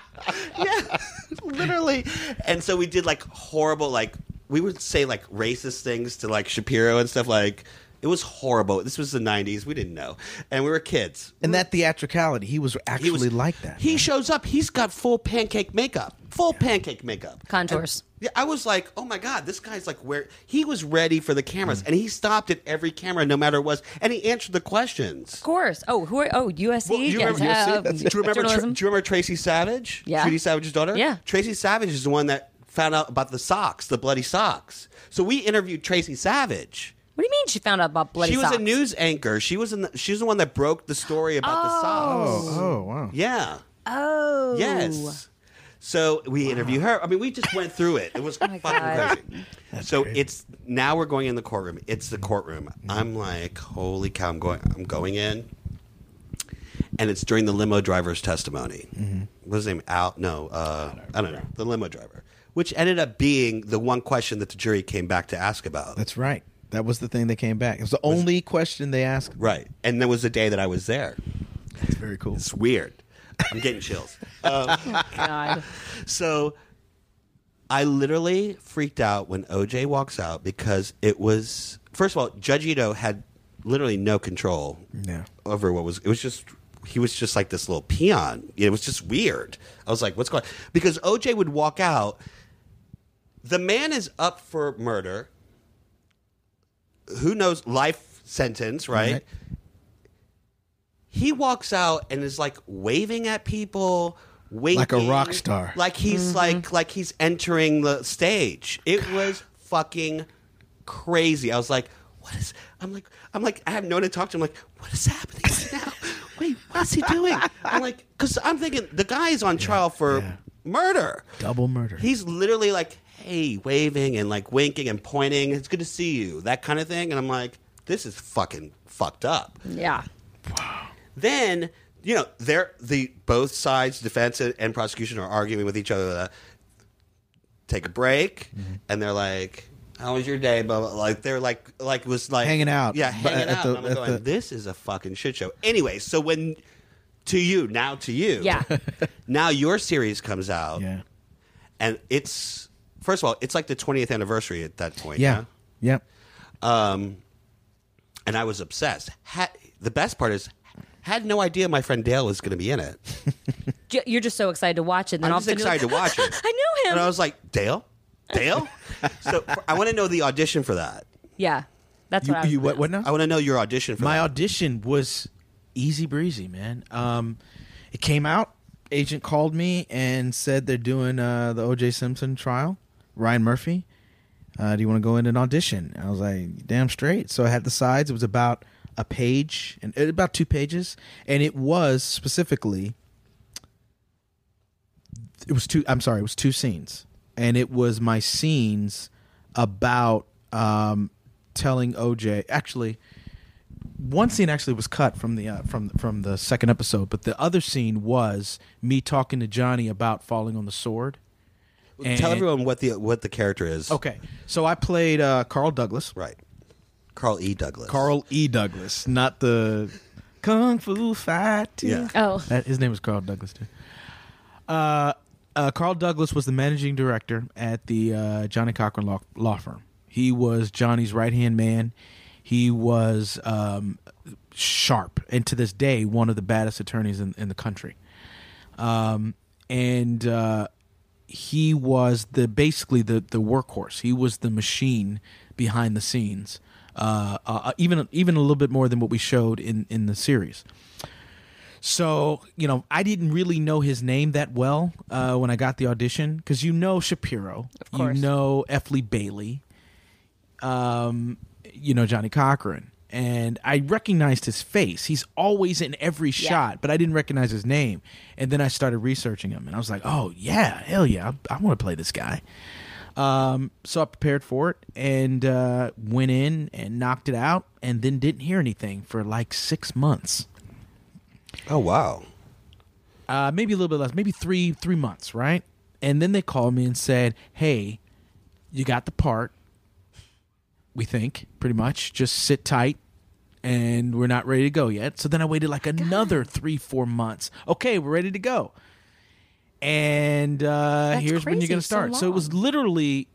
yeah, literally. And so we did like horrible, like we would say like racist things to like Shapiro and stuff. Like it was horrible. This was the '90s. We didn't know, and we were kids. And that theatricality, he was actually was like that. He shows up. He's got full pancake makeup. Full pancake makeup. Contours. Yeah, I was like, oh my god, this guy's like where he was ready for the Mm. cameras, and he stopped at every camera, no matter what, was, and he answered the questions. Of course. Oh, who are? Oh, USC. Well, you yes, remember, you see, uh, that's- do, you remember Tra- journalism. do you remember Tracy Savage? Yeah. Trudy Savage's daughter? Yeah. Tracy Savage is the one that found out about the socks, the bloody socks. So we interviewed Tracy Savage. what do you mean she found out about bloody she was socks? a news anchor. She was in the, she was the one that broke the story about the oh, socks. oh, wow. Yeah. Oh. Yes. So we interview her. I mean, we just went through it. It was Oh my fucking God. crazy. Mm-hmm. so it's now we're going in the courtroom. It's the courtroom. I'm like, holy cow! I'm going. I'm going in, and it's during the limo driver's testimony. What's his name? Al? No, uh, Mm-hmm. I don't know. The limo driver, which ended up being the one question that the jury came back to ask about. That's right. That was the thing that came back. It was the only question they asked. right. And that was the day that I was there. It's very cool. It's weird. I'm getting chills. God. So I literally freaked out when OJ walks out because it was first of all, Judge Ito had literally no control No. over what was it was just he was just like this little peon. It was just weird. I was like, what's going on? Because OJ would walk out. The man is up for murder. Who knows life sentence, right? Right. He walks out and is like waving at people, waving Like a rock star. Like he's like like he's entering the stage. It was fucking crazy. I was like, what is I'm like I'm like I have no one to talk to. I'm like, what is happening right now? Wait, what is he doing? I'm like, because I'm thinking the guy is on trial for yeah. murder. Double murder. He's literally like, hey, waving and like winking and pointing. It's good to see you, that kind of thing. And I'm like, this is fucking fucked up. Yeah. Then you know, they're the both sides, defense and- and prosecution, are arguing with each other. uh, Take a break, Mm-hmm. and they're like, "How was your day?" Blah, blah, blah. Like they're like, like was like Hanging out. Yeah, But hanging at out. the- and I'm at going, the- this is a fucking shit show. Anyway, so when to you now to you, Yeah. now your series comes out, yeah. and it's first of all, it's like the 20th anniversary at that point. Yeah. Yeah. Um, and I was obsessed. Ha the best part is, had no idea my friend Dale was going to be in it. J- You're just so excited to watch it. And then I'm all just of a sudden excited you're to watch it. like, I knew him. And I was like, Dale, Dale. so for- I want to know the audition for that. yeah. That's You, what I was you what, what now? I want to know your audition for my that. audition was easy breezy, man. Um, it came out. Agent called me and said they're doing uh, the O.J. Simpson trial. Ryan Murphy, uh, do you want to go in and audition? I was like, damn straight. So I had the sides. It was about a page and uh, about two pages, and it was specifically. It was two. I'm sorry. It was two scenes, and it was my scenes about um, telling OJ. Actually, one scene actually was cut from the uh, from from the second episode, but the other scene was me talking to Johnny about falling on the sword. Tell And- everyone what the what the character is. Okay, so I played uh, Carl Douglas, right. Carl E. Douglas. Carl E. Douglas, not the Kung Fu Fighting. Yeah. Oh. That- Uh, his name was Carl Douglas too. Uh, uh, Carl Douglas was the managing director at the uh, Johnny Cochran law, law firm. He was Johnny's right hand man. He was um, sharp, and to this day, one of the baddest attorneys in, in the country. Um, and uh, he was the basically the the workhorse. He was the machine behind the scenes, uh, uh, even even a little bit more than what we showed in in the series. So, you know, I didn't really know his name that well uh, when I got the audition because you know Shapiro, Of course. you know F. Lee Bailey, um, you know Johnny Cochran. And I recognized his face. He's always in every shot, but I didn't recognize his name. And then I started researching him and I was like, oh, yeah, hell yeah, I, I want to play this guy. Um, so I prepared for it and uh, went in and knocked it out and then didn't hear anything for like six months. Oh wow. uh, maybe a little bit less, maybe three three months, right? And then they called me and said, "Hey, you got the part. We think pretty much. Just sit tight, and we're not ready to go yet." So then I waited like another three four months. Okay, we're ready to go. And uh, That's here's when you're crazy, gonna so start. so it was long. literally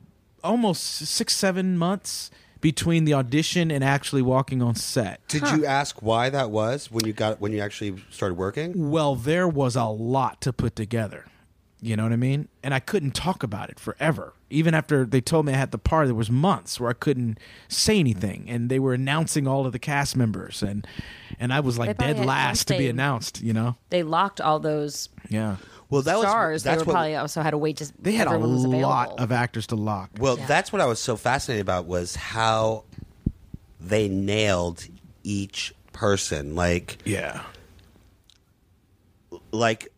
almost six seven months between the audition and actually walking on set. Did you ask why that was when you got when you actually started working? well, there was a lot to put together. You know what I mean? And I couldn't talk about it forever. Even after they told me I had the part, there was months where I couldn't say anything, and they were announcing all of the cast members, and and I was like probably dead had last to be something. announced. You know? They locked all those Yeah. Well, that stars. was They that's were what probably also had to wait just They had a everyone was lot available. of actors to lock. Well, that's what I was so fascinated about was how they nailed each person. Like yeah. like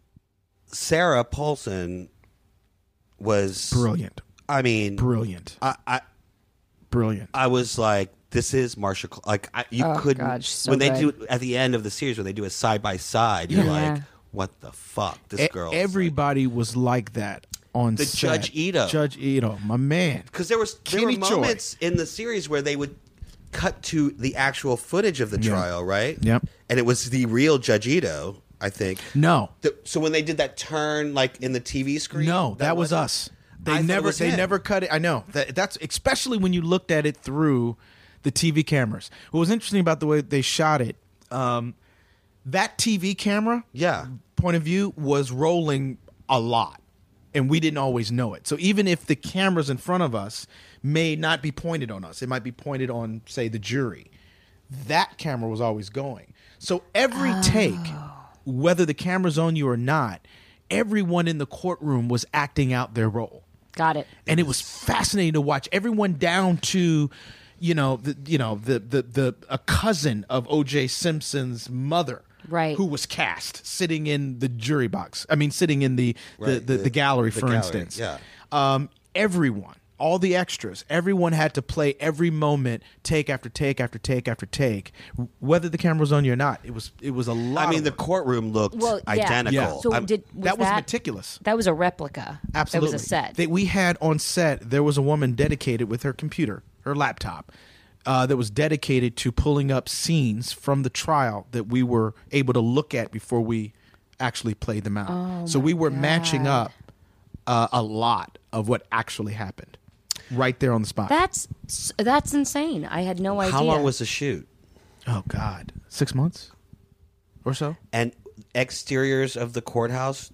Sarah Paulson was Brilliant. I mean, Brilliant. I, I Brilliant. I was like, this is Marsha. Cl- like I, you Oh, couldn't God, she's so when they good. do at the end of the series when they do a side by side. You're Yeah. like, what the fuck? This E- girl. Everybody was like that on The set. Judge Ito. Judge Ito, my man. because there was there were Kenny Choi. moments in the series where they would cut to the actual footage of the Yeah. trial, right? Yep. And it was the real Judge Ito, I think. No, The- so when they did that turn, like in the TV screen, No, that, was wasn't- us. I They thought it never was they him. never cut it. I know. That that's especially when you looked at it through the TV cameras. What was interesting about the way they shot it, um, that TV camera Yeah. point of view was rolling a lot. And we didn't always know it. So even if the cameras in front of us may not be pointed on us, it might be pointed on, say, the jury. That camera was always going. So every take, whether the camera's on you or not, everyone in the courtroom was acting out their role Got it. and it was fascinating to watch everyone down to you know the you know the the the a cousin of OJ Simpson's mother Right. who was cast sitting in the jury box i mean sitting in the the, Right, the, the- the gallery the for gallery, instance yeah. um everyone all the extras everyone had to play every moment take after take after take after take whether the camera was on you or not it was it was a lot I mean, of the work. courtroom looked Well, yeah. identical. Um, Yeah. So I'm- did was that was meticulous. That was a replica. Absolutely. It was a set. That we had on set, there was a woman dedicated with her computer, her laptop, uh, that was dedicated to pulling up scenes from the trial that we were able to look at before we actually played them out. Oh so we were matching up uh, a lot of what actually happened right there on the spot. that's that's insane. I had no idea. how long was the shoot? oh, God. Six months or so? And exteriors of the courthouse.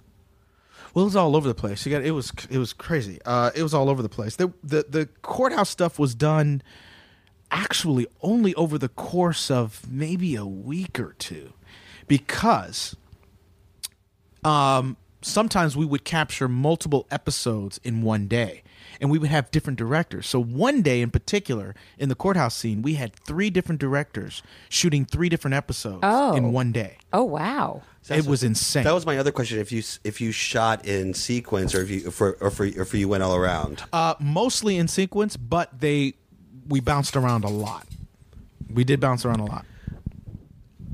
Well, it was all over the place. You got it was it was crazy. Uh, it was all over the place. The, the the courthouse stuff was done actually only over the course of maybe a week or two, because um, sometimes we would capture multiple episodes in one day, and we would have different directors. So one day in particular, in the courthouse scene, we had three different directors shooting three different episodes Oh. in one day. Oh wow. it was insane. That was my other question. If you s- if you shot in sequence, or if you for or for or if you went all around. Uh, mostly in sequence, but they we bounced around a lot. We did bounce around a lot.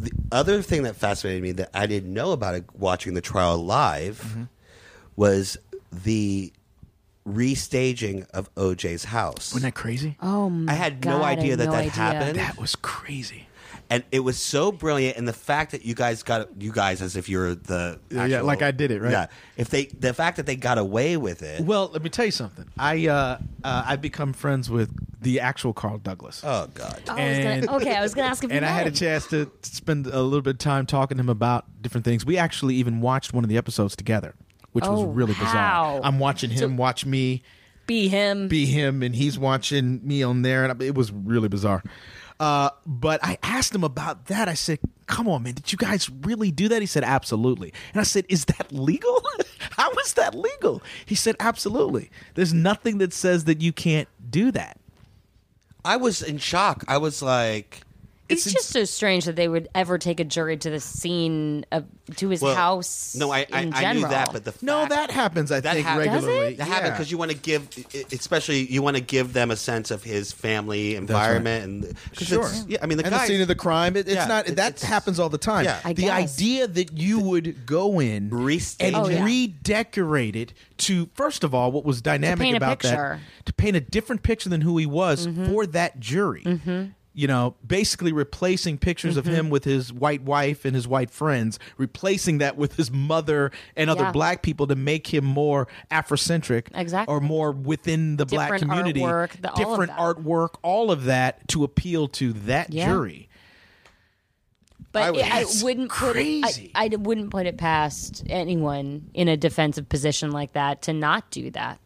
the other thing that fascinated me that I didn't know about it watching the trial live Mm-hmm. was the restaging of OJ's house. Wasn't that crazy? Oh my I had God, no I idea that no that idea. happened. that was crazy. and it was so brilliant and the fact that you guys got you guys as if you're the Yeah, yeah, actual- like I did it, right? yeah if they the fact that they got away with it Well, let me tell you something. I uh, uh, I've become friends with the actual Carl Douglas. oh god Oh, I was gonna- And- okay, I was gonna ask if and you I had a met him. chance to spend a little bit of time talking to him about different things. We actually even watched one of the episodes together, which Oh, was really wow. bizarre. I'm watching him watch me, Be him. be him, and he's watching me on there, and I- it was really bizarre. Uh, but I asked him about that. I said, "Come on, man, did you guys really do that?" He said, "Absolutely." And I said, "Is that legal? How is that legal?" He said, "Absolutely. There's nothing that says that you can't do that." I was in shock. I was like, It's, just so strange that they would ever take a jury to the scene of to his well, house. No, I, I, in I knew general. that, but the No, fact- that happens. I that think happened. Does it? regularly. that happened because you want to give, e- especially you want to give them a sense of his family environment and 'cause Sure. it's- yeah, I mean the and guy the scene of the crime. It, it's Yeah, not it- that it's- happens all the time. Yeah. I the guess. idea that you would go in Restage and Oh, yeah. redecorate it to first of all what was dynamic paint a about that picture. Mm-hmm. to paint a different picture than who he was for that jury. You know, basically replacing pictures Mm-hmm. of him with his white wife and his white friends, replacing that with his mother and other Yeah. black people to make him more Afrocentric, Exactly. or more within the black Different community, artwork, the- all of different that. artwork, all of that to appeal to that Yeah. jury. But I I, would- I That's wouldn't put crazy. it. I, I wouldn't put it past anyone in a defensive position like that to not do that.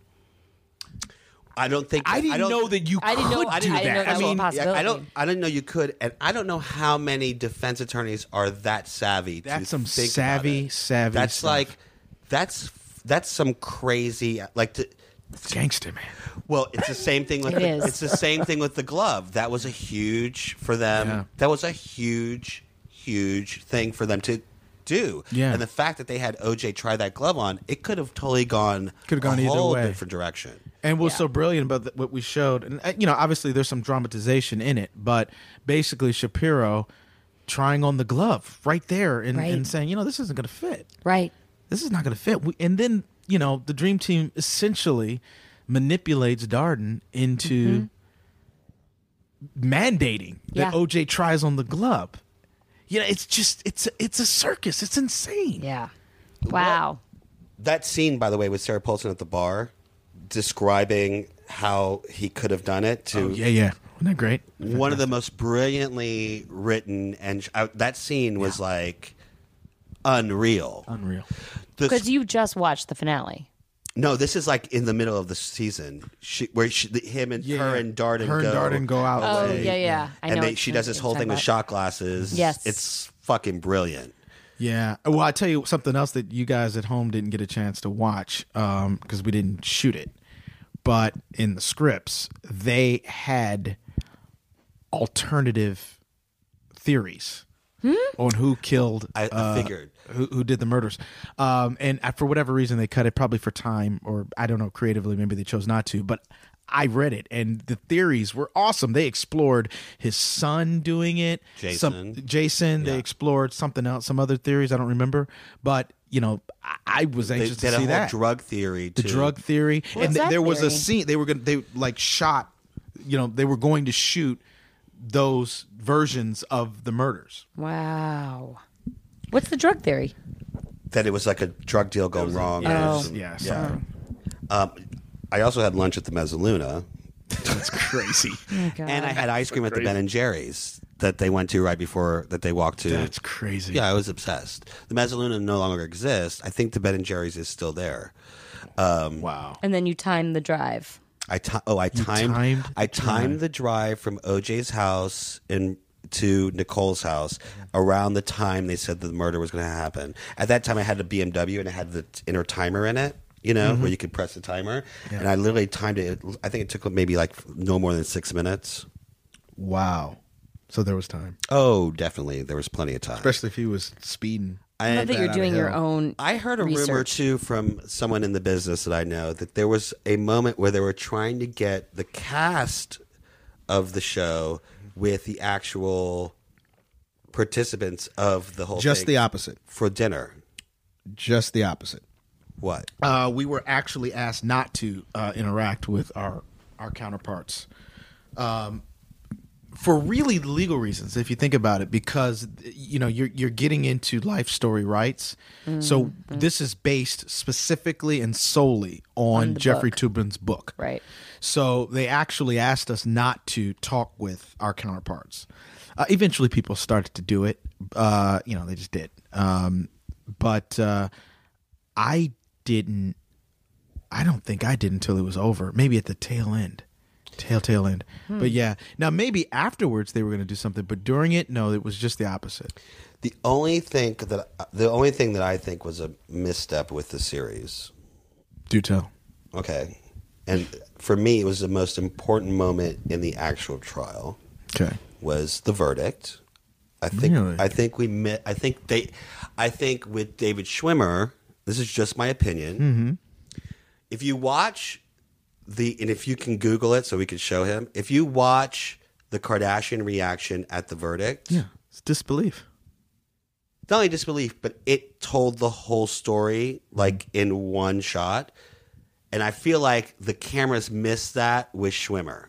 I don't think I didn't don't, know that you I could didn't know- I do didn't- I didn't know that. that I was mean, possible. yeah, I don't. possibility. I didn't know you could, and I don't know how many defense attorneys are that savvy. to That's some think about savvy, it. savvy That's stuff. like, that's that's some crazy like. To, it's gangster man. well, it's the same thing with It the, is. it's the same thing with the glove. That was a huge for them. Yeah. That was a huge, huge thing for them to do. Yeah. And the fact that they had OJ try that glove on, it could have totally gone Could have gone a either whole way. different direction. And what's so brilliant about th- what we showed, and uh, you know, obviously there's some dramatization in it, but basically Shapiro trying on the glove right there and, Right. and saying, you know, this isn't going to fit. Right. This is not going to fit. We, and then you know, the dream team essentially manipulates Darden into mandating Mm-hmm. Yeah. that OJ tries on the glove. You know, it's just it's a, it's a circus. It's insane. Yeah. Wow. That scene, by the way, with Sarah Paulson at the bar describing how he could have done it to Oh, yeah, yeah. Isn't that great? one of the most brilliantly written and uh, that scene was like unreal. Unreal. The- Because you just watched the finale. no, this is like in the middle of the season she, where she, the, him and Yeah. her and Darden Her and go Darden go out. Oh, away. yeah, yeah. I and know they, it's- she does this it's whole talking thing with about- shot glasses. Yes. it's fucking brilliant. Yeah. Well, I tell you something else that you guys at home didn't get a chance to watch because we didn't shoot it. But in the scripts, they had alternative theories on who killed. I- I uh, figured. who, who did the murders. Um, and I, for whatever reason, they cut it, probably for time or I don't know, creatively, maybe they chose not to. But I read it, and the theories were awesome. They explored his son doing it, some, Jason. Jason. They explored something else, some other theories I don't remember. But you know, I, I was They anxious did a to see whole that drug theory. the too. drug theory, and What's th- that there was a theory? scene they were going to they like shot. You know, they were going to shoot those versions of the murders. Wow. What's the drug theory? that it was like a drug deal gone wrong. yeah. It Oh. was- Yeah, something. Um, I also had lunch at the Mezzaluna, that's crazy. Oh God. and I had ice cream at the Ben and Jerry's that they went to right before that they walked to. That's crazy. Yeah, I was obsessed. The Mezzaluna no longer exists. I think the Ben and Jerry's is still there. Wow. And then you time the drive. I ti- oh I timed, timed I timed the drive from OJ's house in to Nicole's house around the time they said the murder was going to happen. At that time, I had a BMW and it had the t- inner timer in it. You know, where you could press the timer, and I literally timed it. I think it took maybe like no more than six minutes. Wow. So there was time, Oh, definitely, there was plenty of time. especially if he was speeding. I love that you're out of doing your hell. own. I heard a rumor research. too from someone in the business that I know that there was a moment where they were trying to get the cast of the show with the actual participants of the whole Just thing the opposite. for dinner. Just the opposite. What? Uh, we were actually asked not to uh, interact with our our counterparts um, for really legal reasons, if you think about it, because you know you're you're getting into life story rights. So this is based specifically and solely on, Jeffrey Tubin's book, Right. So they actually asked us not to talk with our counterparts. Uh, eventually, people started to do it. Uh, you know, they just did. Um, but uh, I didn't. I don't think I did until it was over. Maybe at the tail end. tail tail end. Hmm. But yeah, now maybe afterwards they were going to do something, but during it, no, it was just the opposite. The only thing that the only thing that I think was a misstep with the series. Do tell. Okay. And for me it was the most important moment in the actual trial Okay. was the verdict. I think Really? I think we met I think they I think with David Schwimmer, this is just my opinion. Mm-hmm. If you watch the and if you can Google it so we can show him, if you watch the Kardashian reaction at the verdict, Yeah, it's disbelief. not only disbelief, but it told the whole story like Mm-hmm. in one shot. And I feel like the cameras missed that with Schwimmer.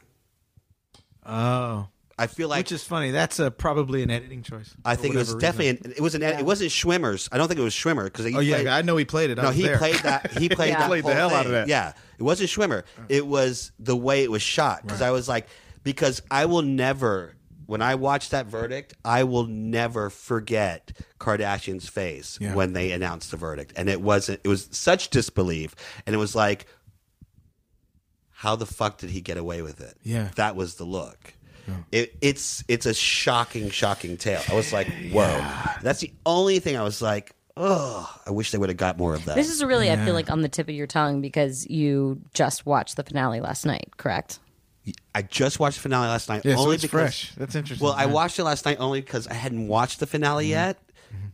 Oh, I feel like which is funny. That's a, probably an editing choice. I for think it was whatever definitely reason. an, it was an it wasn't Schwimmer's. I don't think it was Schwimmer because Oh yeah, I know he played it. I no was he there. played that he played Yeah. that Played the whole hell thing. out of that. Yeah, it wasn't Schwimmer. It was the way it was shot because I was like because I will never when I watch that verdict I will never forget Kardashian's face Yeah. when they announced the verdict and it wasn't it was such disbelief and it was like how the fuck did he get away with it? Yeah. that was the look. It, it's it's a shocking, shocking tale. I was like, whoa. That's the only thing I was like, oh, I wish they would have got more of that. This is really, I feel like, on the tip of your tongue because you just watched the finale last night, correct? I just watched the finale last night. Yeah, so only it's because, fresh. That's interesting. Well, I Yeah. Mm-hmm. watched it last night only because I hadn't watched the finale yet,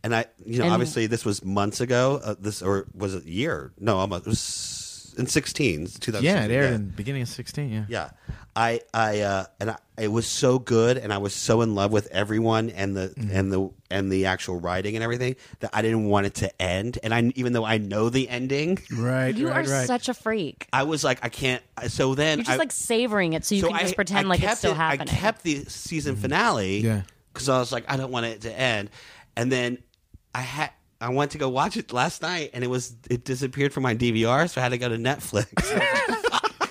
and I, you know, And- obviously this was months ago. Uh, this or was it a year? No, almost. It was in sixteen. 2016, Yeah, it aired in the beginning of sixteen. Yeah. Yeah, I, I, uh, and I, it was so good, and I was so in love with everyone and the Mm-hmm. and the and the actual writing and everything that I didn't want it to end. And I, even though I know the ending, Right. You right, are right. such a freak. I was like, I can't. So then You're just I, like savoring it, so you so can just I- pretend I like kept it's still it- happening. I kept the season finale Mm-hmm. Yeah. because I was like, I don't want it to end. And then I had I went to go watch it last night, and it was it disappeared from my DVR, so I had to go to Netflix.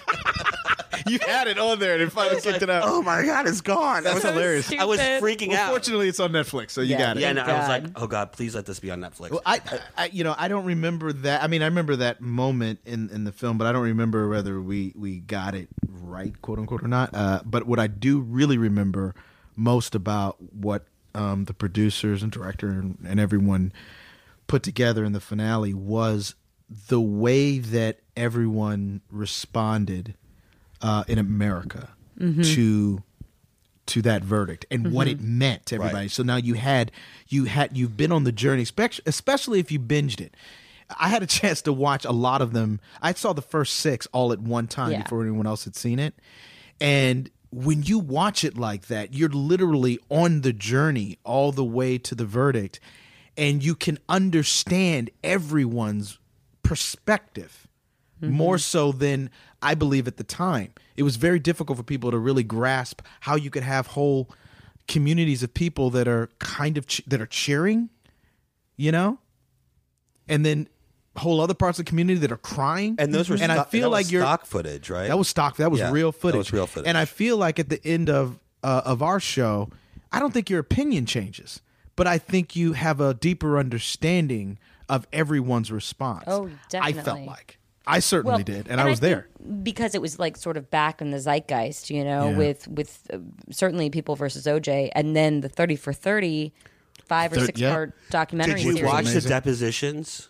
you had it on there and it finally kicked it out. oh my god, it's gone! I was hilarious. I was Stupid. freaking Well, out. fortunately, it's on Netflix, so you Yeah. got it. Yeah, and I was like, God. oh god, please let this be on Netflix. Well, I, I, you know, I don't remember that. I mean, I remember that moment in, in the film, but I don't remember whether we we got it right, quote unquote, or not. Uh, but what I do really remember most about what um, the producers and director and, and everyone put together in the finale was the way that everyone responded uh, in America to to that verdict and what it meant to everybody. So now you had you had you've been on the journey, spec- especially if you binged it. I had a chance to watch a lot of them. I saw the first six all at one time Yeah. before anyone else had seen it, and when you watch it like that, you're literally on the journey all the way to the verdict, and you can understand everyone's perspective more so than I believe at the time. It was very difficult for people to really grasp how you could have whole communities of people that are kind of che- that are cheering, you know, and then whole other parts of the community that are crying. and those were and I stock- feel that was like you're stock footage, right? that was stock. That was Yeah, real that footage. was real footage. And I feel like at the end of uh, of our show, I don't think your opinion changes, but I think you have a deeper understanding of everyone's response. Oh, I felt definitely. like I certainly Well, did, and, I was there. think because it was like sort of back in the zeitgeist, you know, Yeah. with with uh, certainly people versus OJ, and then the thirty for thirty, five or Thir- six yeah. part documentary. Did you series. watch the Amazing. depositions?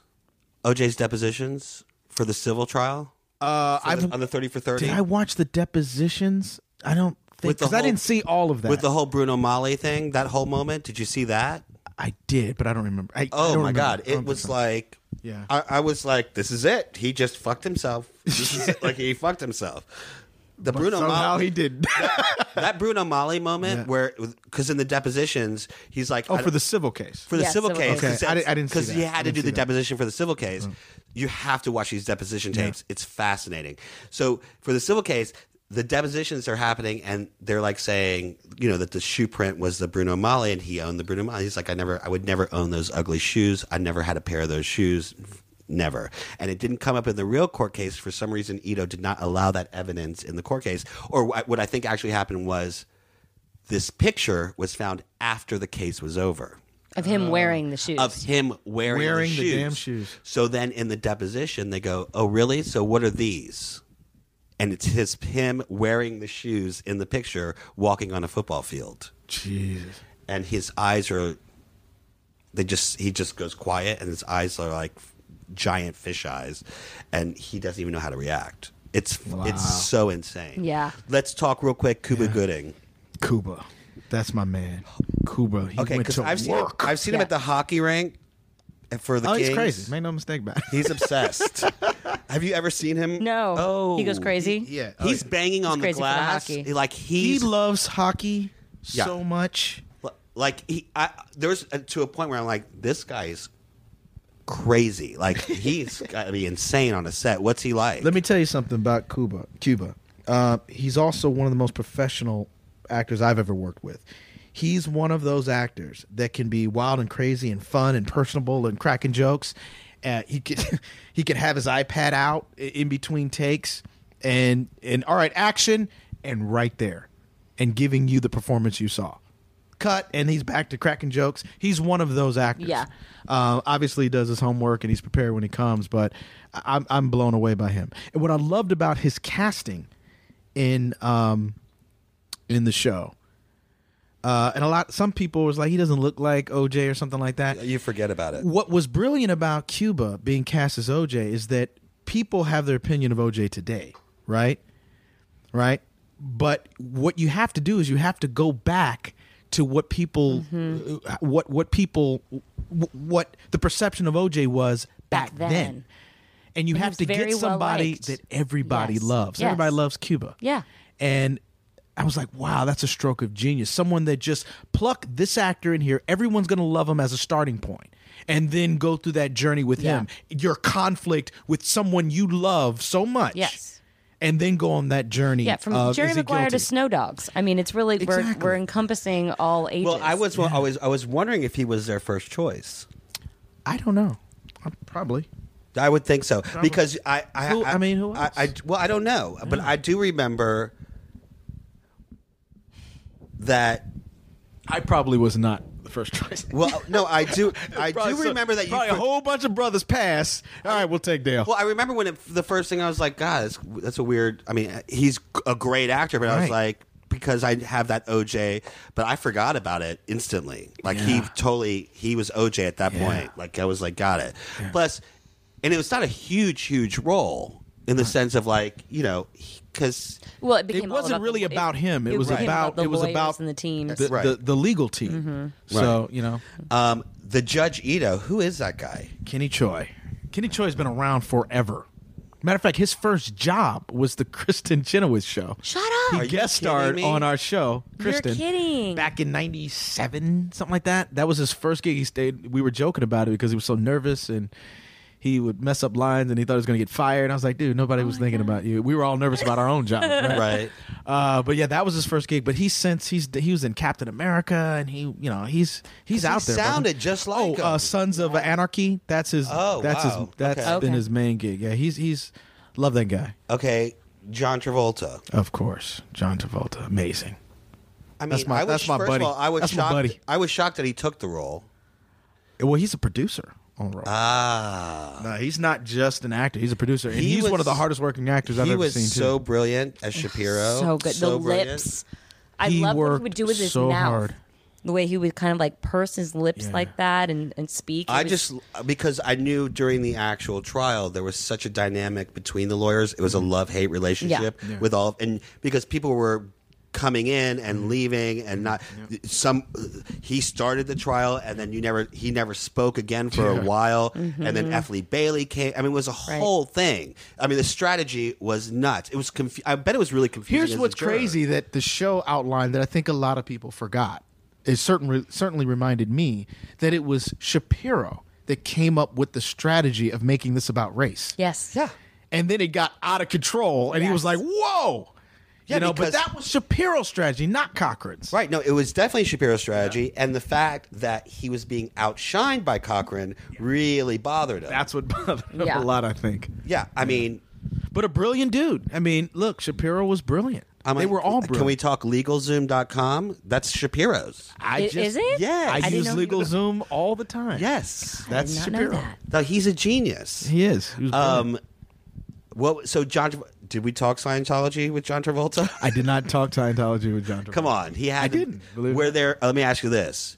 OJ's depositions for the civil trial Uh, on I've, the- on the thirty for thirty. did I watch the depositions? I don't think With the because I whole- didn't see all of that. with the whole Bruno Mali thing, that whole moment. Did you see that? I did, but I don't remember. I, I Oh don't my remember. god, I don't it was remember. like Yeah. I, I was like, this is it. He just fucked himself. This is like he fucked himself. The Bruno somehow Mali he did. that Bruno Mali moment Yeah. where because in the depositions he's like oh, I- for the civil case. for the Yeah, civil civil case. case. Okay, I di- I didn't see because that. you I had to didn't do see the that. Mm. deposition for the civil case. You have to watch these deposition tapes. It's fascinating. So for the civil case, the depositions are happening, and they're like saying, you know, that the shoe print was the Bruno Mali, and he owned the Bruno Mali. He's like, I never, I would never own those ugly shoes. I never had a pair of those shoes. Never. And it didn't come up in the real court case. For some reason, Ito did not allow that evidence in the court case. Or wh- what I think actually happened was this picture was found after the case was over of uh, him wearing the shoes? of him wearing, Wearing the, the shoes. damn shoes. So then in the deposition, they go, "Oh, really? So what are these?" and it's his him wearing the shoes in the picture walking on a football field, Jesus. and his eyes are they just he just goes quiet, and his eyes are like giant fish eyes, and he doesn't even know how to react. It's it's so insane. Yeah. Let's talk real quick. Cuba Gooding. Cuba. That's my man. Cuba. He Okay, went because to I've seen work. I've seen him Yeah. at the hockey rink for the oh, Kings. he's crazy. Make no mistake about it. He's obsessed. Have you ever seen him? No. Oh, He goes crazy? yeah. Oh, He's yeah. banging on the crazy for the glass. hockey. He- Like he he's loves hockey Yeah. so much. like he. I, there's uh, to a point where I'm like, this guy's crazy. Like he's got to be insane on a set. What's he like? Let me tell you something about Cuba. Cuba. Uh, he's also one of the most professional actors I've ever worked with. He's one of those actors that can be wild and crazy and fun and personable and cracking jokes. Uh, he could he could have his iPad out i- in between takes and and all right action and right there and giving you the performance you saw. Cut and he's back to cracking jokes. He's one of those actors. Yeah. Uh, obviously, he does his homework and he's prepared when he comes, but I- I'm, I'm blown away by him. And what I loved about his casting in um, in the show, uh, and a lot some people was like he doesn't look like OJ or something like that. you forget about it. What was brilliant about Cuba being cast as OJ is that people have their opinion of OJ today, right? Right? But what you have to do is you have to go back to what people Mm-hmm. uh, what what people wh- what the perception of OJ was back, Back then. then. And you And have he's to get very well somebody liked. that everybody Yes. loves. Yes. Everybody loves Cuba. Yeah. And I was like, wow, that's a stroke of genius. Someone that just pluck this actor in here, everyone's going to love him as a starting point, and then go through that journey with Yeah. him, your conflict with someone you love so much. Yes. And then go on that journey. Yeah, from of, Jerry is he Maguire to guilty? Snow Dogs. I mean, it's really Uh, Exactly. we're we're encompassing all ages. Well, I was always I was wondering if he was their first choice. I don't know. I'm probably. I would think so because I, I, Who- I mean, who I, I, else? well, I don't know, but I do remember that I probably was not the first choice. Well, uh, no, I do. I do remember that you. probably fir- a whole bunch of brothers passed. All right, we'll take Dale. well, I remember when it, the first thing I was like, God, that's, that's a weird. I mean, uh, he's a great actor, but I was Right. like, because I have that OJ, but I forgot about it instantly. Like he Yeah. totally, he was OJ at that Yeah. point. Like I was like, got it. Plus, and it was not a huge, huge role in the sense of like you know because Well, it, became all wasn't about really the, about him. It was became about- the it was lawyers about and the teams. the, Right. the, the legal team. Mm-hmm. So, you know. um, the Judge Ito, who is that guy? Kenny Choi. Kenny Choi's been around forever. Matter of fact, his first job was the Kristen Chenoweth show. Shut He up! you guest kidding starred me? on our show, You're Kristen. kidding. Back in '97, something like that. That was his first gig. He stayed. We were joking about it because he was so nervous and he would mess up lines and he thought he was going to get fired. And I was like, dude, nobody was thinking about you. We were all nervous about our own job, right? Right. Uh, but yeah, that was his first gig. But he since he's he was in Captain America, and he you know he's he's out there. brother. sounded just like oh, him. uh, Sons of Anarchy. That's his. Oh, that's wow. his. That's Okay. been Okay. his main gig. Yeah, he's he's love that guy. Okay, John Travolta. Of course, John Travolta, amazing. I mean, That's my- I was, that's my first buddy. Of all, I was That's my shocked. buddy. I was shocked that he took the role. Well, he's a producer on Raw. Ah, no, he's not just an actor. He's a producer, and He he's was- one of the hardest working actors I've he ever was seen. so too. brilliant as Shapiro. so good. So the brilliant. lips. I He love what he would worked do with his so mouth. hard. The way he would kind of like purse his lips Yeah. like that and, and speak. It I was- just because I knew during the actual trial there was such a dynamic between the lawyers. It was a love hate relationship Mm-hmm. Yeah. with all, and because people were coming in Mm-hmm. and leaving and not some he started the trial and then you never he never spoke again for Yeah. Mm-hmm. a while and then F. Lee Bailey came I mean it was a Right. whole thing I mean the strategy was nuts it was confu- I bet it was really confusing Here's as a what's juror. crazy that the show outlined that I think a lot of people forgot. It certainly certainly reminded me that it was Shapiro that came up with the strategy of making this about race. yes, And then it got out of control, and he was Yes. like, "Whoa." Yeah, you know, because- but that was Shapiro's strategy, not Cochran's. Right. No, it was definitely Shapiro's strategy, and the fact that he was being outshined by Cochran really bothered him. That's what bothered him Yeah. a lot, I think. yeah. I mean, But a brilliant dude. I mean, look, Shapiro was brilliant. I mean, they were all brilliant. Can we talk LegalZoom.com? That's Shapiro's. I I- just, is it? Yeah. I I, didn't use know he legal was- Zoom all the time. Yes. I did that's not know Shapiro. that. No, he's a genius. He is. He was brilliant. Um, well, so John, Did we talk Scientology with John Travolta? I did not talk Scientology with John. Travolta. Come on, he had. I didn't, believe it. Were there? uh, Let me ask you this: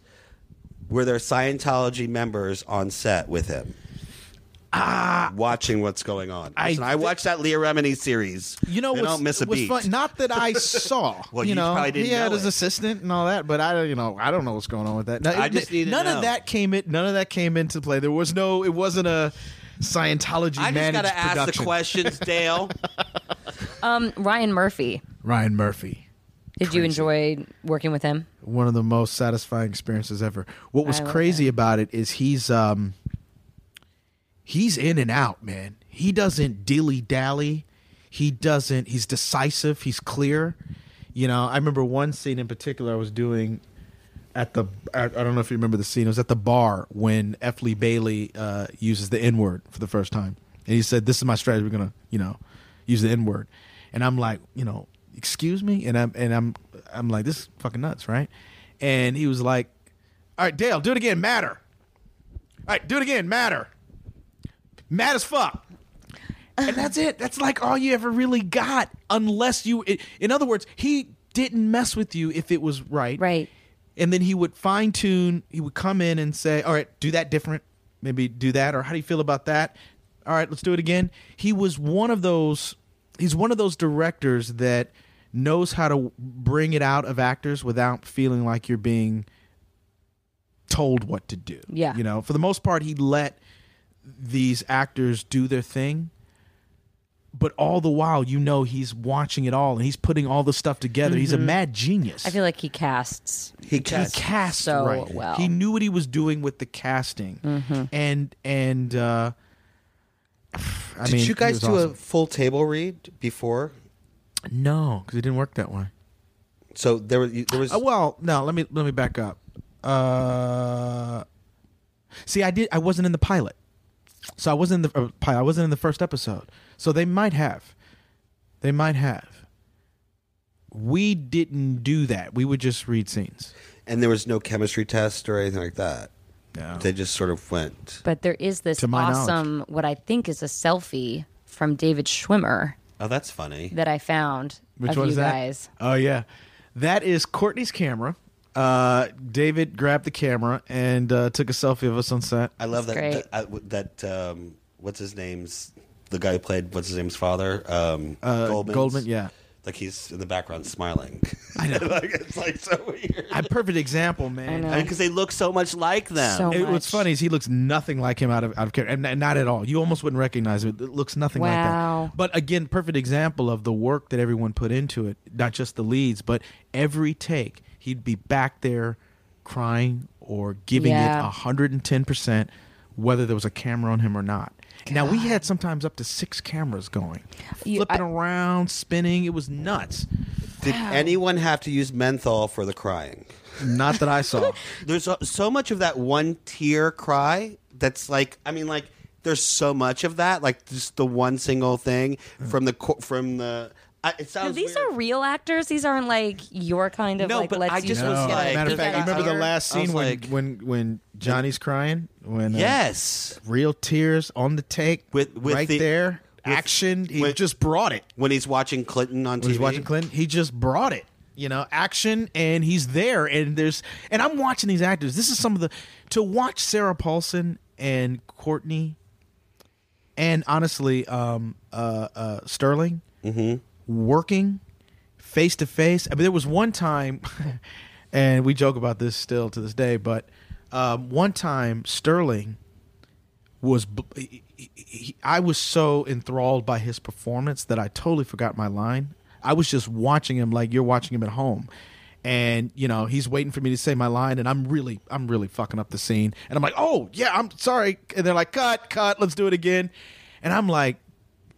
Were there Scientology members on set with him? Ah, watching what's going on. I, I I thi- watched that Leah Remini series. You know, they what's, don't miss a what's beat. fun- not that I saw. Well, you, you know, probably didn't he had know his it. assistant and all that, but I don't, you know, I don't know what's going on with that. No, I it- just need to none know. of that came in. None of that came into play. There was no. It wasn't a Scientology I just managed gotta ask production. the questions, Dale. Um, Ryan Murphy. Ryan Murphy. Did you enjoy working with him? one of the most satisfying experiences ever. What was I love crazy about it is he's um he's in and out, man. He doesn't dilly dally. He doesn't. He's decisive. He's clear. You know, I remember one scene in particular I was doing at the. I, I don't know if you remember the scene. It was at the bar when F. Lee Bailey uh, uses the N word for the first time, and he said, "This is my strategy. We're gonna, you know, use the N word." And I'm like, you know, excuse me, and I'm and I'm I'm like, this is fucking nuts, right? And he was like, "All right, Dale, do it again. Matter. All right, do it again. Matter. Mad as fuck." and that's it. That's like all you ever really got, unless you. i- In other words, he didn't mess with you if it was right. Right. And then he would fine tune. He would come in and say, "All right, do that different. Maybe do that, or how do you feel about that? All right, let's do it again." He was one of those. He's one of those directors that knows how to bring it out of actors without feeling like you're being told what to do. Yeah. You know, for the most part, he let these actors do their thing but all the while you know he's watching it all and he's putting all the stuff together he's a mad genius Mm-hmm. I feel like he casts. He he cast. cast so right. well. Mm-hmm. he knew what he was doing with the casting and and uh I Did mean, you he guys was do a awesome. full table read before? a no because it didn't work that way So there was there was Uh, well, no. Let me let me back up. Uh, see, I did. I wasn't in the pilot, so I wasn't in the uh, pilot. I wasn't in the first episode. So they might have. They might have. We didn't do that. We would just read scenes. and there was no chemistry test or anything like that. No. They just sort of went. But there is this To my knowledge. awesome, what I think is a selfie from David Schwimmer Oh, that's funny. that I found of you guys. Oh yeah, that is Courtney's camera. Uh, David grabbed the camera and uh, took a selfie of us on set. I love that. That's That, I- that um, what's his name's the guy who played what's his name's father? Um, Uh, Goldman's. Goldman, yeah. Like he's in the background smiling. I know. like, it's like so weird. A perfect example, man. know. I mean, because they look so much like them. So- It, what's much. funny is he looks nothing like him out of out of character, and, and not at all. You almost wouldn't recognize him. It looks nothing like Wow. that. But again, perfect example of the work that everyone put into it. Not just the leads, but every take, he'd be back there crying or giving Yeah. it hundred and ten percent, whether there was a camera on him or not. Now we had sometimes up to six cameras going, You- flipping I- around, spinning. It was nuts. Did anyone have to use menthol for the crying? Not that I saw. There's so- so much of that one tear cry that's like I mean like there's so much of that like just the one single thing Mm. from the co- from the I, it Now, sounds these weird. are real actors. These aren't like your kind of No, like. but let's I use just this was to get like- a Matter of good fact, you I- remember the actor. last I was scene when like- when when Johnny's crying when uh, yes real tears on the take With- with right the- there with- action he with- just brought it when he's watching Clinton on TV. when he's watching clinton he just brought it you know action and he's there and there's and i'm watching these actors this is some of the to watch sarah paulson and courtney and honestly um uh uh sterling working face to face. I mean, there was one time, and we joke about this still to this day, but um, one time Sterling was. b- he- he- he- I was so enthralled by his performance that I totally forgot my line. I was just watching him like you're watching him at home. And you know he's waiting for me to say my line, and I'm really, I'm really fucking up the scene. And I'm like, oh yeah, I'm sorry. And they're like, cut, cut, let's do it again. And I'm like,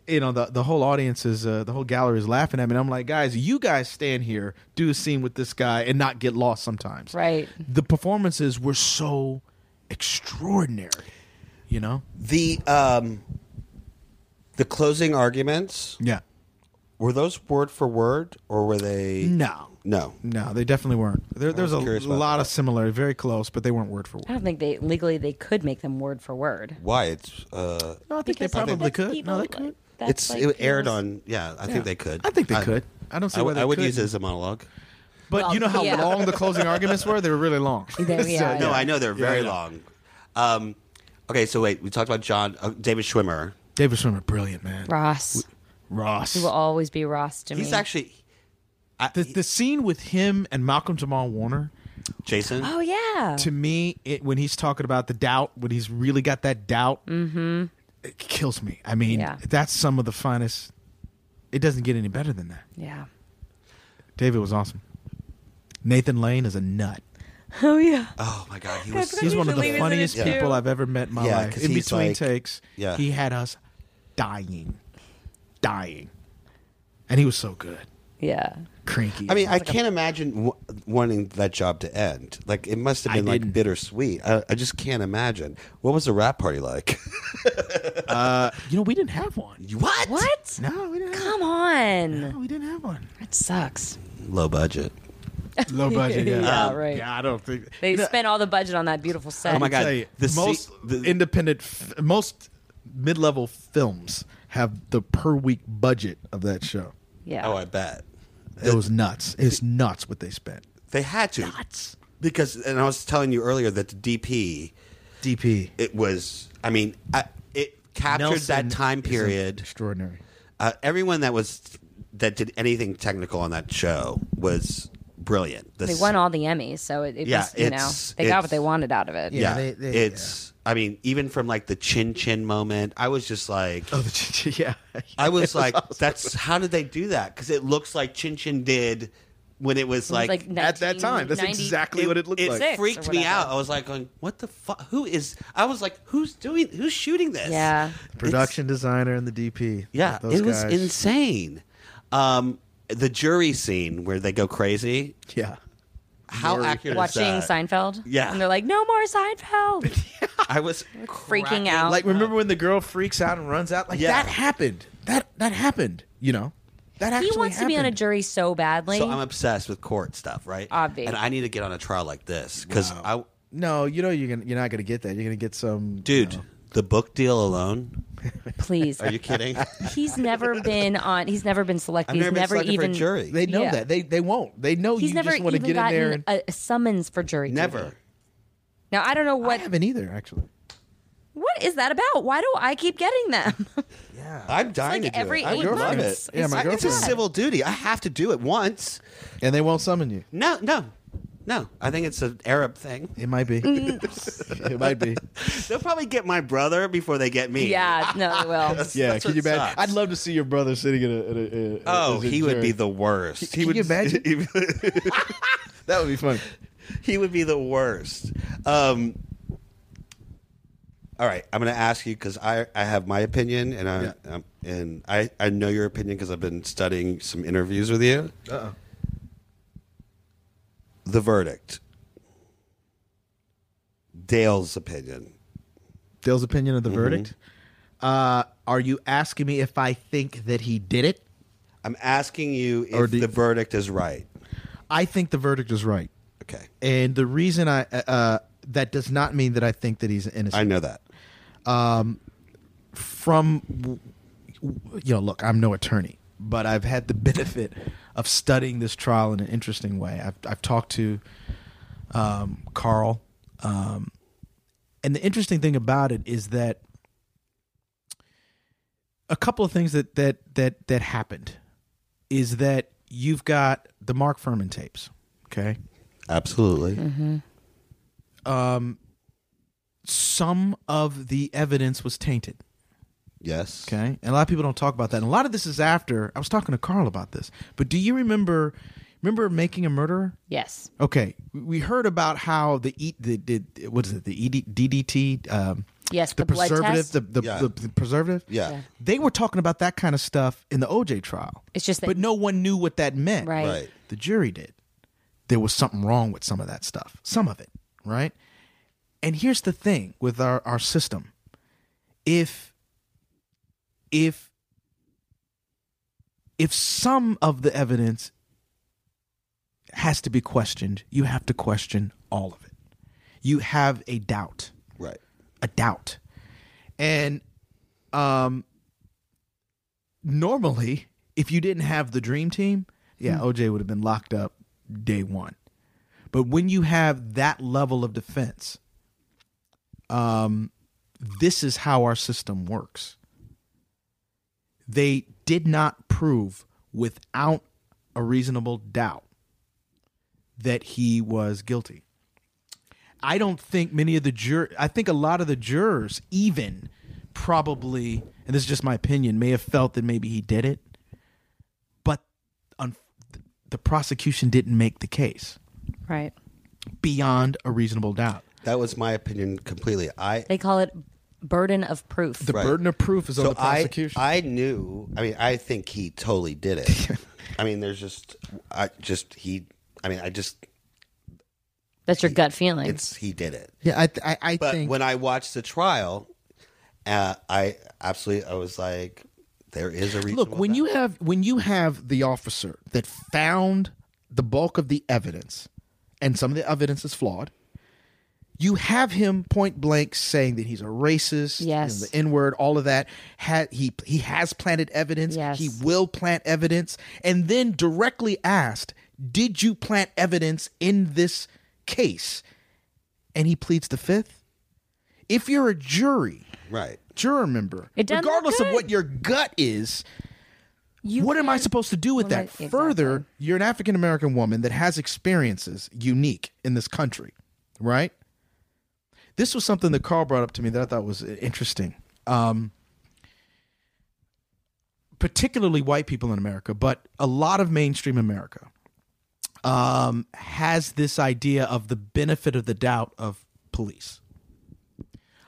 you know the the whole audience is uh, the whole gallery is laughing at me. And I'm like, guys, you guys stand here, do a scene with this guy, and not get lost sometimes. Right. The performances were so extraordinary. You know. the um the closing arguments Yeah. were those word for word or were they No. no No, they definitely weren't. There, there's a curious about lot that. of similarity, very close, but they weren't word for I word. don't think they legally they could make them word for word. why it's uh No, I Because think they I think probably that's could. No, they evil, could. like- That's it's like it aired his- on. Yeah, I think they could. I think they could. I don't see I, why w- they I would couldn't. use it as a monologue. But Well, you know how yeah. long the closing arguments were? They were really long. They- So, yeah, No, I know they're very yeah. long. Um, okay, so wait, we talked about John uh, David Schwimmer. David Schwimmer, brilliant man. Ross. Ross. He will always be Ross to me. He's actually The, the scene with him and Malcolm Jamal Warner, Jason. Oh yeah. to me, it, when he's talking about the doubt, when he's really got that doubt, mm-hmm. it kills me. I mean, Yeah. that's some of the finest. It doesn't get any better than that. yeah. David was awesome. Nathan Lane is a nut. Oh yeah. Oh my God, he was. forgot so- He's one of Usually the he's in funniest it too. people I've ever met in my Yeah, life. 'cause In he's between like- takes, yeah. he had us dying, dying, and he was so good, Yeah. cranky. I mean, I can't imagine w- wanting that job to end. Like it must have I been like didn't. bittersweet. I, I just can't imagine. What was the rap party like? you know, we didn't have one. what? What? No, we didn't. Have Come on. No, we didn't have one. That sucks. Low budget. Low budget. Yeah, Yeah, right. Yeah, I don't think They No, spent all the budget on that beautiful set. Oh my I God. tell you, the se- most the- independent, f- most mid-level films have the per-week budget of that show. Yeah. Oh, I bet It was nuts. It's nuts what they spent. they had to because. And I was telling you earlier that the DP DP it was i mean I, it captured Nelson that time is period extraordinary. uh, everyone that was that did anything technical on that show was brilliant they This- won all the Emmys, so it, it Yeah, was, you know, it's- they got what it's- they wanted out of it. yeah, they- they- it's i mean even from like the chin chin moment i was just like Oh, the, yeah. i was like that's how did they do that because it looks like chin chin did when it was like, like at that time. That's 1990 exactly what it looked it like. Six or freaked me whatever. out. I was like, going, "What the fuck? Who is?" I was like, "Who's doing? Who's shooting this?" Yeah. It's- Production designer and the DP. Yeah, Those it was guys. insane. Um, the jury scene where they go crazy. Yeah. How accurate Watching is that? Seinfeld. Yeah. And they're like, no more Seinfeld. I was cracking- Freaking out. Like remember when the girl freaks out and runs out? Like Yeah. that happened. That that happened. You know. That actually he wants to be on a happened. jury so badly. So I'm obsessed with court stuff, right? Obvi. And I need to get on a trial like this because I, No, you know you're gonna, you're not going to get that. You're going to get some dude, you know. the book deal alone. Please. Are you kidding? I've He's never been on. He's never been selected. never he's been never selected even. for a jury. They know Yeah. that. They they won't. They know He's you never just want to even get in gotten there. And, a, a summons for jury. duty. never. Now I don't know I what haven't either, actually. what is that about. Why do I keep getting them? Yeah. I'm dying like to do every it. I eight would love months. it. Yeah, my I- it's a girlfriend- civil duty. I have to do it once. And they won't summon you. No, no, no. I think it's an Arab thing. It might be. Mm. it might be. They'll probably get my brother before they get me. yeah, no, they will. Yeah, That's can what you imagine? sucks. I'd love to see your brother sitting in a. In a, in a Oh, as a he would be jury. the worst. Can you imagine? he would- That would be funny. he would be the worst. Um, all right, I'm going to ask you because I, I have my opinion and I um, and I, I know your opinion because I've been studying some interviews with you. Uh-oh. The verdict, Dale's opinion. Dale's opinion of Mm-hmm. the verdict. Uh, are you asking me if I think that he did it? I'm asking you Or if do the you- verdict is right. I think the verdict is right, Okay, and the reason I uh, uh, that does not mean that I think that he's innocent. I know that. from w- w- you know look i'm no attorney but i've had the benefit of studying this trial in an interesting way i've, I've talked to um, carl um, and the interesting thing about it is that a couple of things that that that that happened is that you've got the mark furman tapes okay Absolutely. some of the evidence was tainted Yes. Okay. And a lot of people don't talk about that. And a lot of this is after I was talking to Carl about this. But do you remember remember making a murderer? Yes. Okay. We- We heard about how the eat the did what is it? The E ED, DDT um Yes, the, the blood preservative, test. The, the, Yeah. the, the preservative. Yeah. Yeah. They were talking about that kind of stuff in the OJ trial. It's just that- But no one knew what that meant. Right. Right. The jury did. There was something wrong with some of that stuff. Some of it, right? And here's the thing with our, our system. If if if some of the evidence has to be questioned, you have to question all of it. You have a doubt, Right. a doubt. And um normally, if you didn't have the dream team, yeah, OJ would have been locked up day one. But when you have that level of defense, um, this is how our system works. They did not prove without a reasonable doubt that he was guilty. I don't think many of the jur I think a lot of the jurors even probably and this is just my opinion may have felt that maybe he did it but un- the prosecution didn't make the case Right. beyond a reasonable doubt. That was my opinion completely. I They call it burden of proof. The burden of proof is on so the I prosecution. I knew. I mean, I think he totally did it. I mean, there's just I just he. I mean, I just That's your gut feeling. it's he did it. Yeah, I I, I But think when I watched the trial, uh, I absolutely I was like, there is a reason. look when you have when you have the officer that found the bulk of the evidence, and some of the evidence is flawed. You have him point blank saying that he's a racist, you know, Yes. the N word, all of that. Ha- he he has planted evidence. Yes. He will plant evidence, and then directly asked, "Did you plant evidence in this case?" And he pleads the fifth. If you're a jury, right. juror member. It doesn't look Regardless of good. what your gut is, You what am I can't- supposed to do with What that? am I- Further, exactly. you're an African American woman that has experiences unique in this country, right? this was something that Carl brought up to me that I thought was interesting. Um, particularly white people in America, but a lot of mainstream America um, has this idea of the benefit of the doubt of police.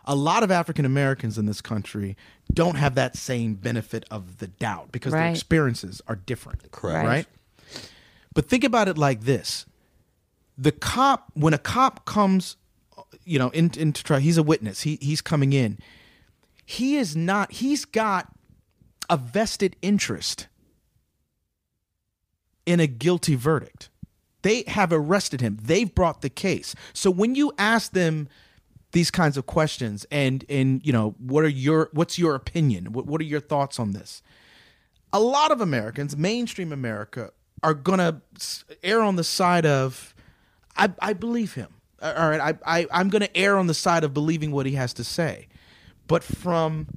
A lot of African Americans in this country don't have that same benefit of the doubt because their Right. experiences are different. Correct. Right? But think about it like this the cop when a cop comes you know in- into trial he's a witness he he's coming in he is not he's got a vested interest in a guilty verdict they have arrested him they've brought the case so when you ask them these kinds of questions and and you know what are your what's your opinion what, what are your thoughts on this a lot of Americans, mainstream America, are gonna s- err on the side of, I, I believe him. A- All right, I, I I'm gonna err on the side of believing what he has to say, but from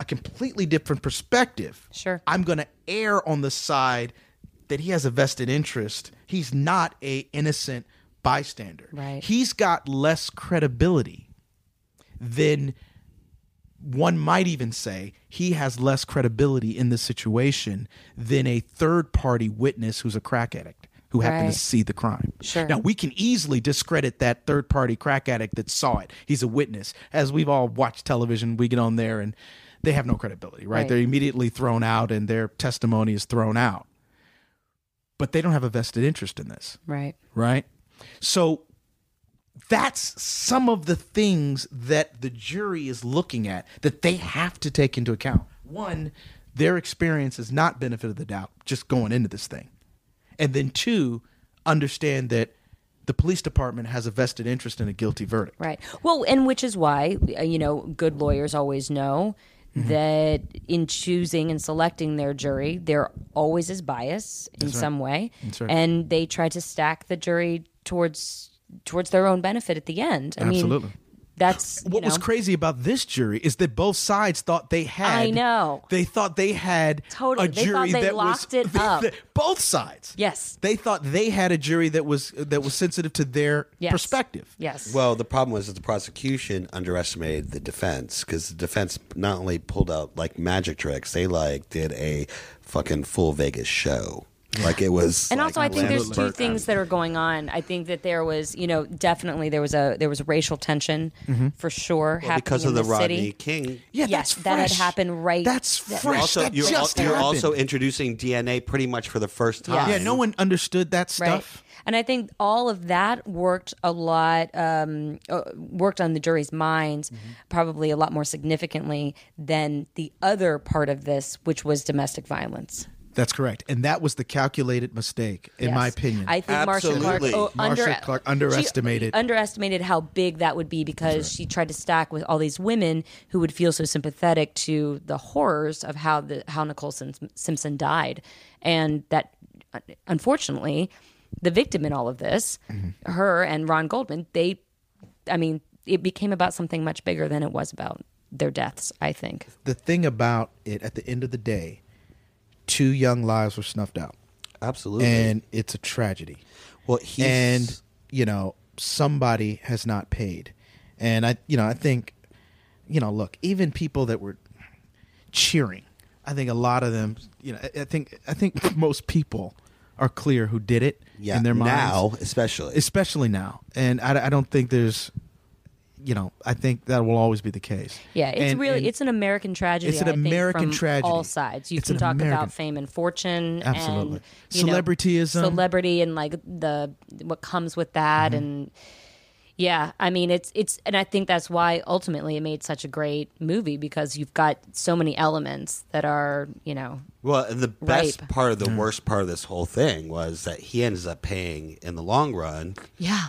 a completely different perspective. Sure. I'm gonna err on the side that he has a vested interest. He's not a innocent bystander. Right. He's got less credibility than one might even say he has less credibility in this situation than a third party witness who's a crack addict who happened Right. to see the crime. Sure. Now we can easily discredit that third party crack addict that saw it. He's a witness. As we've all watched television, we get on there and they have no credibility, right? Right. They're immediately thrown out and their testimony is thrown out. But they don't have a vested interest in this Right. right? So that's some of the things that the jury is looking at that they have to take into account. One, their experience is not benefit of the doubt just going into this thing. And then two, understand that the police department has a vested interest in a guilty verdict. Right. Well, and which is why uh, you know good lawyers always know Mm-hmm. that in choosing and selecting their jury, there always is bias in some way, right. and they try to stack the jury towards towards their own benefit at the end. I Absolutely. mean, that's you What was know, crazy about this jury is that both sides thought they had. I know. They thought they had Totally. a They thought jury they that locked was, it up. both sides. Yes. They thought they had a jury that was that was sensitive to their Yes. perspective. Yes. Well, the problem was that the prosecution underestimated the defense because the defense not only pulled out like magic tricks, they like did a fucking full Vegas show. Like it was. and like, also i think there's two Lambert- things that are going on i think that there was you know definitely there was a there was racial tension Mm-hmm. for sure happening because in of the the Rodney city King. Yeah, Yes, that's that had fresh. happened right- That's that- fresh. Also, that you're, al- just you're happened. also introducing DNA pretty much for the first Yeah. time. yeah. No one understood that stuff. Right. And I think all of that worked a lot, um, uh, worked on the jury's minds probably a lot more significantly than the other part of this, which was domestic violence. That's correct. And that was the calculated mistake, in my Yes. opinion. I think Marsha Clark, Absolutely. oh, Marcia under- Clark she underestimated- underestimated how big that would be because she tried to stack with all these women who would feel so sympathetic to the horrors of how the how Nicole Sim- Simpson died, and that uh, unfortunately, the victim in all of this, Mm-hmm. her and Ron Goldman, they, I mean, it became about something much bigger than it was about their deaths. I think. the thing about it, at the end of the day, two young lives were snuffed out. Absolutely. And it's a tragedy. well, he's, and you know somebody has not paid and i you know i think you know look even people that were cheering i think a lot of them you know i, I think i think most people are clear who did it yeah, in their minds now especially. especially now and I, I don't think there's you know i think that will always be the case Yeah, it's And- really and- it's an American tragedy. It's an I think, American from tragedy. All sides. You It's can an talk American- about fame and fortune, Absolutely. and you know, Celebrityism. Mm-hmm. celebrity, and like the what comes with that, and yeah, I mean it's it's, and I think that's why ultimately it made such a great movie because you've got so many elements that are you know Well, and the best Rape. part of the worst part of this whole thing was that he ends up paying in the long run. yeah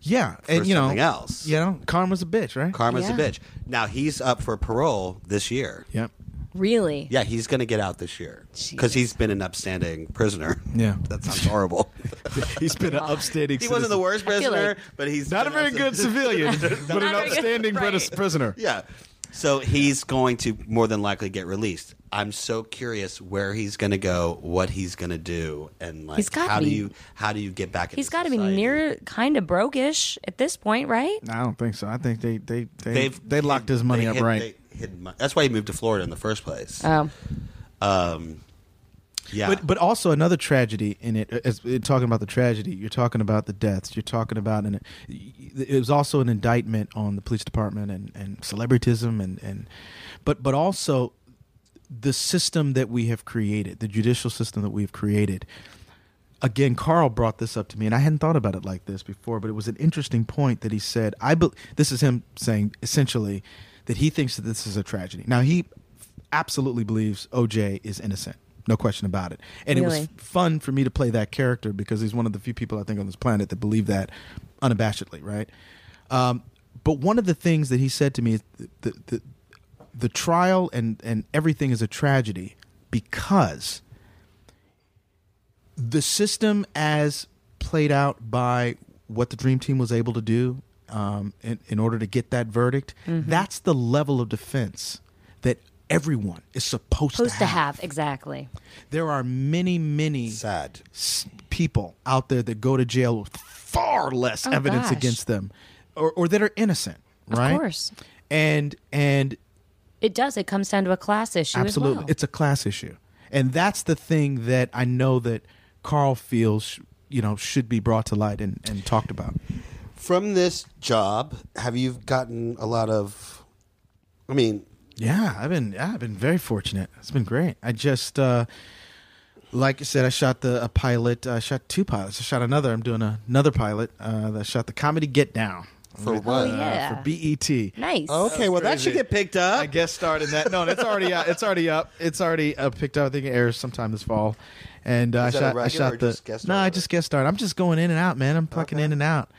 yeah and you know something else. you know karma's a bitch right Karma's a Yeah. bitch. Now he's up for parole this year. yep really Yeah, he's going to get out this year because Jesus. he's been an upstanding prisoner. Yeah. that sounds horrible. he's been an upstanding he wasn't the worst I feel prisoner, like- but he's not a been very upsta- good civilian but an very good- outstanding right. British prisoner Yeah, so he's going to more than likely get released. I'm so curious where he's going to go, what he's going to do, and like He's gotta how do be- you how do you get back? he's got to got be near kind of brokish at this point, right? I don't think so. I think they they they They've they locked his money they up hid- right. they hid mon- that's why he moved to Florida in the first place. Oh, Um, yeah, But but also another tragedy in it. As in talking about the tragedy, you're talking about the deaths. You're talking about and it was also an indictment on the police department and and celebritism and and but but also the system that we have created, the judicial system that we've created. Again, Carl brought this up to me, and I hadn't thought about it like this before, but it was an interesting point that he said. I be- this is him saying essentially that he thinks that this is a tragedy. Now he absolutely believes OJ is innocent, no question about it, and it was Really? fun for me to play that character because he's one of the few people I think on this planet that believe that unabashedly, right? Um, but one of the things that he said to me is th- the, the, the trial and, and everything is a tragedy because the system as played out by what the dream team was able to do um, in, in order to get that verdict Mm-hmm. that's the level of defense that everyone is supposed, supposed to have exactly. there are many many sad. s- people out there that go to jail with far less Oh, evidence gosh. against them or, or that are innocent right course. and and It does. It comes down to a class issue. as absolutely well. it's a class issue and that's the thing that i know that carl feels you know should be brought to light and, and talked about From this job, have you gotten a lot of? I mean, yeah i've been yeah, i've been very fortunate it's been great i just uh like I said, I shot the a pilot. I shot two pilots. I shot another. I'm doing a, another pilot. Uh, I shot the comedy Get Down for what? Oh, yeah. uh, for BET. nice. Okay, well that should crazy. get picked up. I guess started that. No, it's already out. It's already up. It's already uh, picked up. I think it airs sometime this fall. And uh, I Is that a shot. I regular or shot the. just guest no, I starred? just guest started. I'm just going in and out, man. I'm plucking Okay. in and out,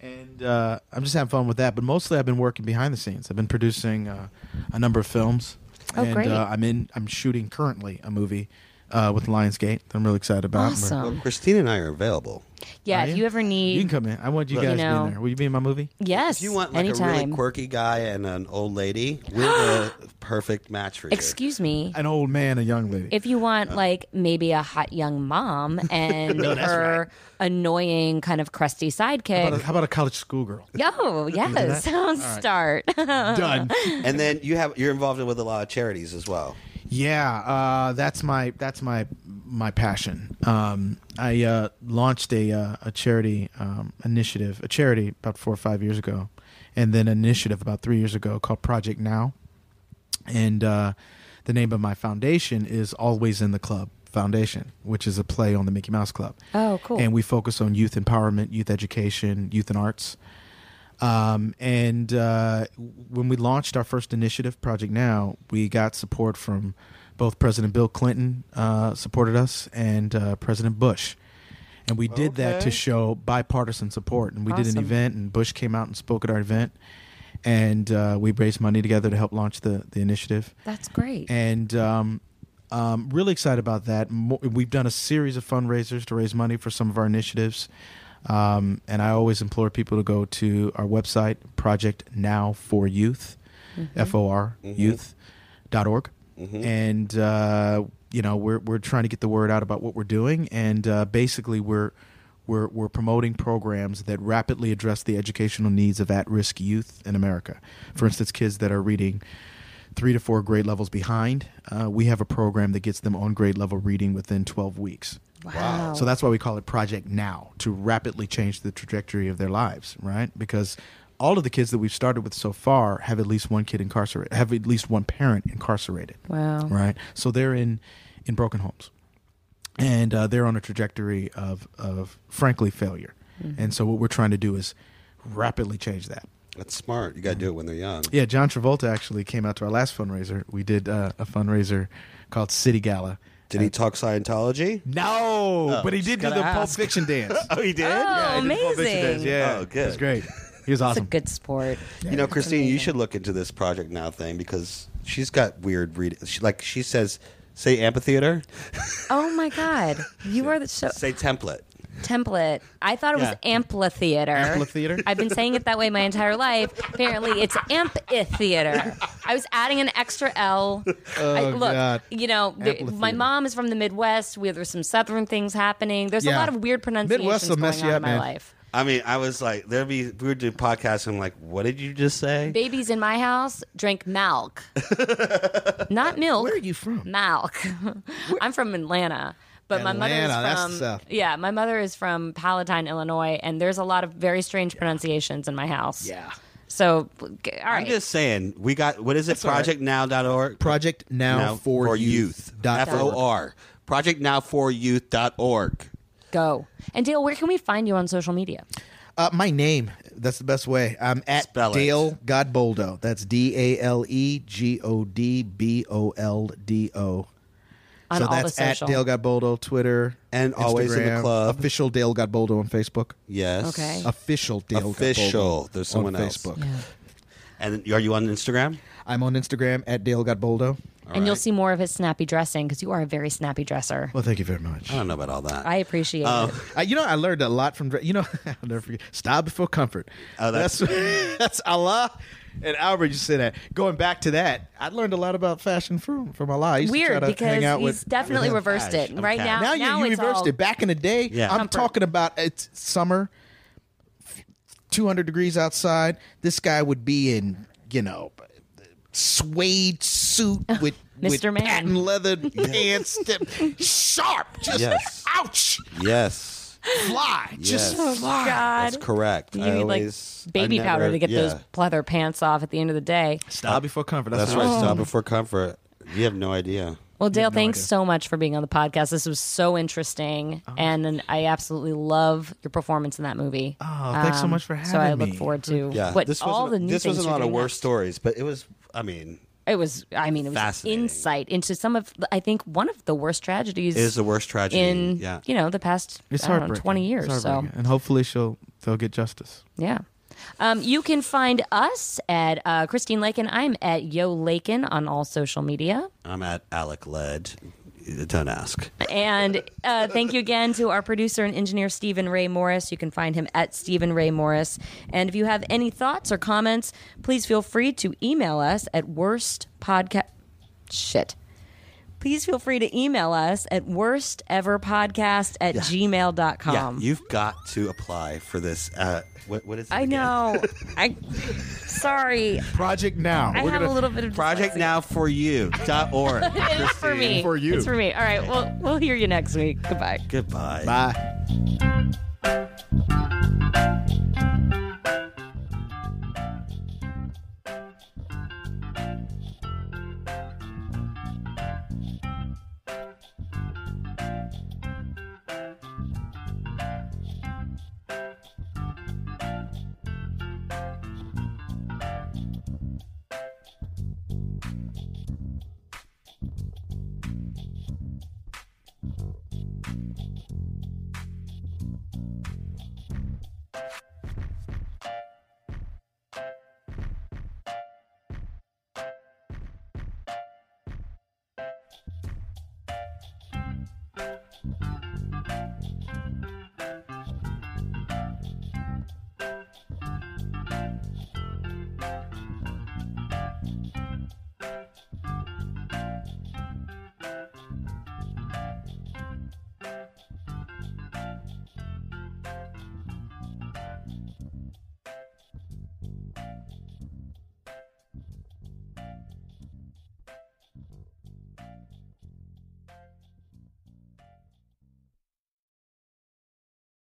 and uh, I'm just having fun with that. But mostly, I've been working behind the scenes. I've been producing uh, a number of films. Oh, and great. Uh, I'm in. I'm shooting currently a movie uh, with Lionsgate. That I'm really excited about. We're- Awesome. Well, Christine and I are available. Yeah, Are if you ever need, you can come in. I want you Look. guys You to be know- in there. Will you be in my movie? yes, If you want like anytime. a really quirky guy and an old lady, we're the perfect match for you. Excuse me. An old man, a young lady. If you Uh. want like maybe a hot young mom and her annoying kind of crusty how, about sidekick. a, how about a college schoolgirl? Yo, yes, sounds start. Done. and then you have you're involved with a lot of charities as well. Yeah, uh, that's my that's my my passion. Um, I uh, launched a uh, a charity um, initiative, a charity about four or five years ago, and then an initiative about three years ago called Project Now, and uh, the name of my foundation is Always in the Club Foundation, which is a play on the Mickey Mouse Club. Oh, cool. And we focus on youth empowerment, youth education, youth and arts. Um, and uh, when we launched our first initiative, Project Now, we got support from both President Bill Clinton uh, supported us and uh, President Bush. And we did that to Okay. show bipartisan support. And we did Awesome. an event, and Bush came out and spoke at our event. And uh, we raised money together to help launch the, the initiative That's great. and um, um, really excited about that. Mo- We've done a series of fundraisers to raise money for some of our initiatives, um, and I always implore people to go to our website, Project Now for Youth, F O R Youth dot org, and uh, you know we're we're trying to get the word out about what we're doing, and uh, basically we're. We're, we're promoting programs that rapidly address the educational needs of at-risk youth in America. For instance, kids that are reading three to four grade levels behind. Uh, we have a program that gets them on grade level reading within 12 weeks. wow. So that's why we call it Project Now to rapidly change the trajectory of their lives, right? Because all of the kids that we've started with so far have at least one kid incarcerated, have at least one parent incarcerated, wow. right? So they're in in broken homes, and uh, they're on a trajectory of of frankly failure. Mm-hmm. And so what we're trying to do is rapidly change that. That's smart. You got to do it when they're young. Yeah, John Travolta actually came out to our last fundraiser. We did uh, a fundraiser called City Gala. Did he talk Scientology? No, but Oh, he just did do gotta the Pulp ask. Fiction dance. Oh, he did. Oh, amazing. Yeah, Oh, it was good. great. He That's was a awesome. good sport. You know, Christine, you should look into this project now thing because she's got weird reading. She, like she says, say amphitheater, Oh my God. You are the so say template. template. I thought it was Yeah. amphitheater. Amphitheater? I've been saying it that way my entire life. Apparently, it's amphitheater. I was adding an extra L. I, Oh, look, God. you know, the, my Amphitheater. mom is from the Midwest. We there's some Southern things happening. There's a Yeah. lot of weird pronunciations Midwest will going mess on you up, in my man. life. I mean, I was like, there'd be we would do podcasts. And I'm like, what did you just say? Babies in my house drink milk, not milk. Where are you from? Malk. I'm from Atlanta. But my mother Atlanta, is that's from the South. yeah, my mother is from Palatine, Illinois, and there's a lot of very strange pronunciations in my house. So, g- all I'm right, just saying, we got what is it? Projectnow.org. Project Now, Now for, Youth. dot F O org. R. Projectnowforyouth.org. go. And Dale, where can we find you on social media? Uh, my name. That's the best way. I'm at Spell it. Dale Godboldo. That's D A L E G O D B O L D O. On So all the that's at social. Dale Godboldo Twitter And always in the Instagram, club. Official Dale Godboldo on Facebook. Yes. Okay. official Dale Official. Godboldo There's on someone else. Facebook. Yeah. And are you on Instagram? I'm on Instagram at Dale Godboldo. and you'll see more of his snappy dressing because you are a very snappy dresser. Well, thank you very much. I don't know about all that. I appreciate it. Uh, you know, I learned a lot from you know. I'll never forget. Stop before comfort. Oh, that's- that's that's Allah and Albert. You said that. Going back to that, I learned a lot about fashion from from Allah. I used to try Weird to hang because out he's with, definitely with him. reversed it Gosh, I'm right now. kind. Now, you- you, it's reversed all- it. Back in the day, Yeah. I'm Comfort. talking about it's summer, 200 degrees outside. This guy would be in, you know, suede suit with, with Mr. Man. patent leather pants, that- sharp, just Yes. ouch, Yes. fly, just Yes. fly. Oh, God, That's correct. you I need like always- baby I powder never- to get those yeah. pleather pants off at the end of the day. Stop before comfort. That's right. Oh. Stop before comfort. You have no idea. Well, Dale, thanks so much for being on the podcast. This was so interesting, Oh, and I absolutely love your performance in that movie. Um, Oh, thanks so much for So I having look me. forward to Yeah. what this all the wasn't- new this things wasn't a you're lot of doing worse next. stories, but it was. I mean, It was, I mean, it was Fascinating. insight into some of, I think, one of the worst tragedies it is the worst tragedy. in yeah. you know the past It's I don't know, heartbreaking. twenty years. It's so heartbreaking. and hopefully she'll they'll get justice. Yeah. Um, you can find us at uh, Christine Lakin. I'm at Yo Lakin on all social media. I'm at Alec Led. Don't ask. And uh, thank you again to our producer and engineer, Stephen Ray Morris. You can find him at Stephen Ray Morris. And if you have any thoughts or comments, please feel free to email us at worst podcast. Shit. Please feel free to email us at worsteverpodcast at gmail.com. yeah, you've got to apply for this. Uh, what, what is it I again? know. I sorry. Project now. I have a little bit of Project dyslexia. Now for You dot org. It's for me. For you. It's for me. All right. Well, we'll hear you next week. Goodbye. Goodbye. Bye.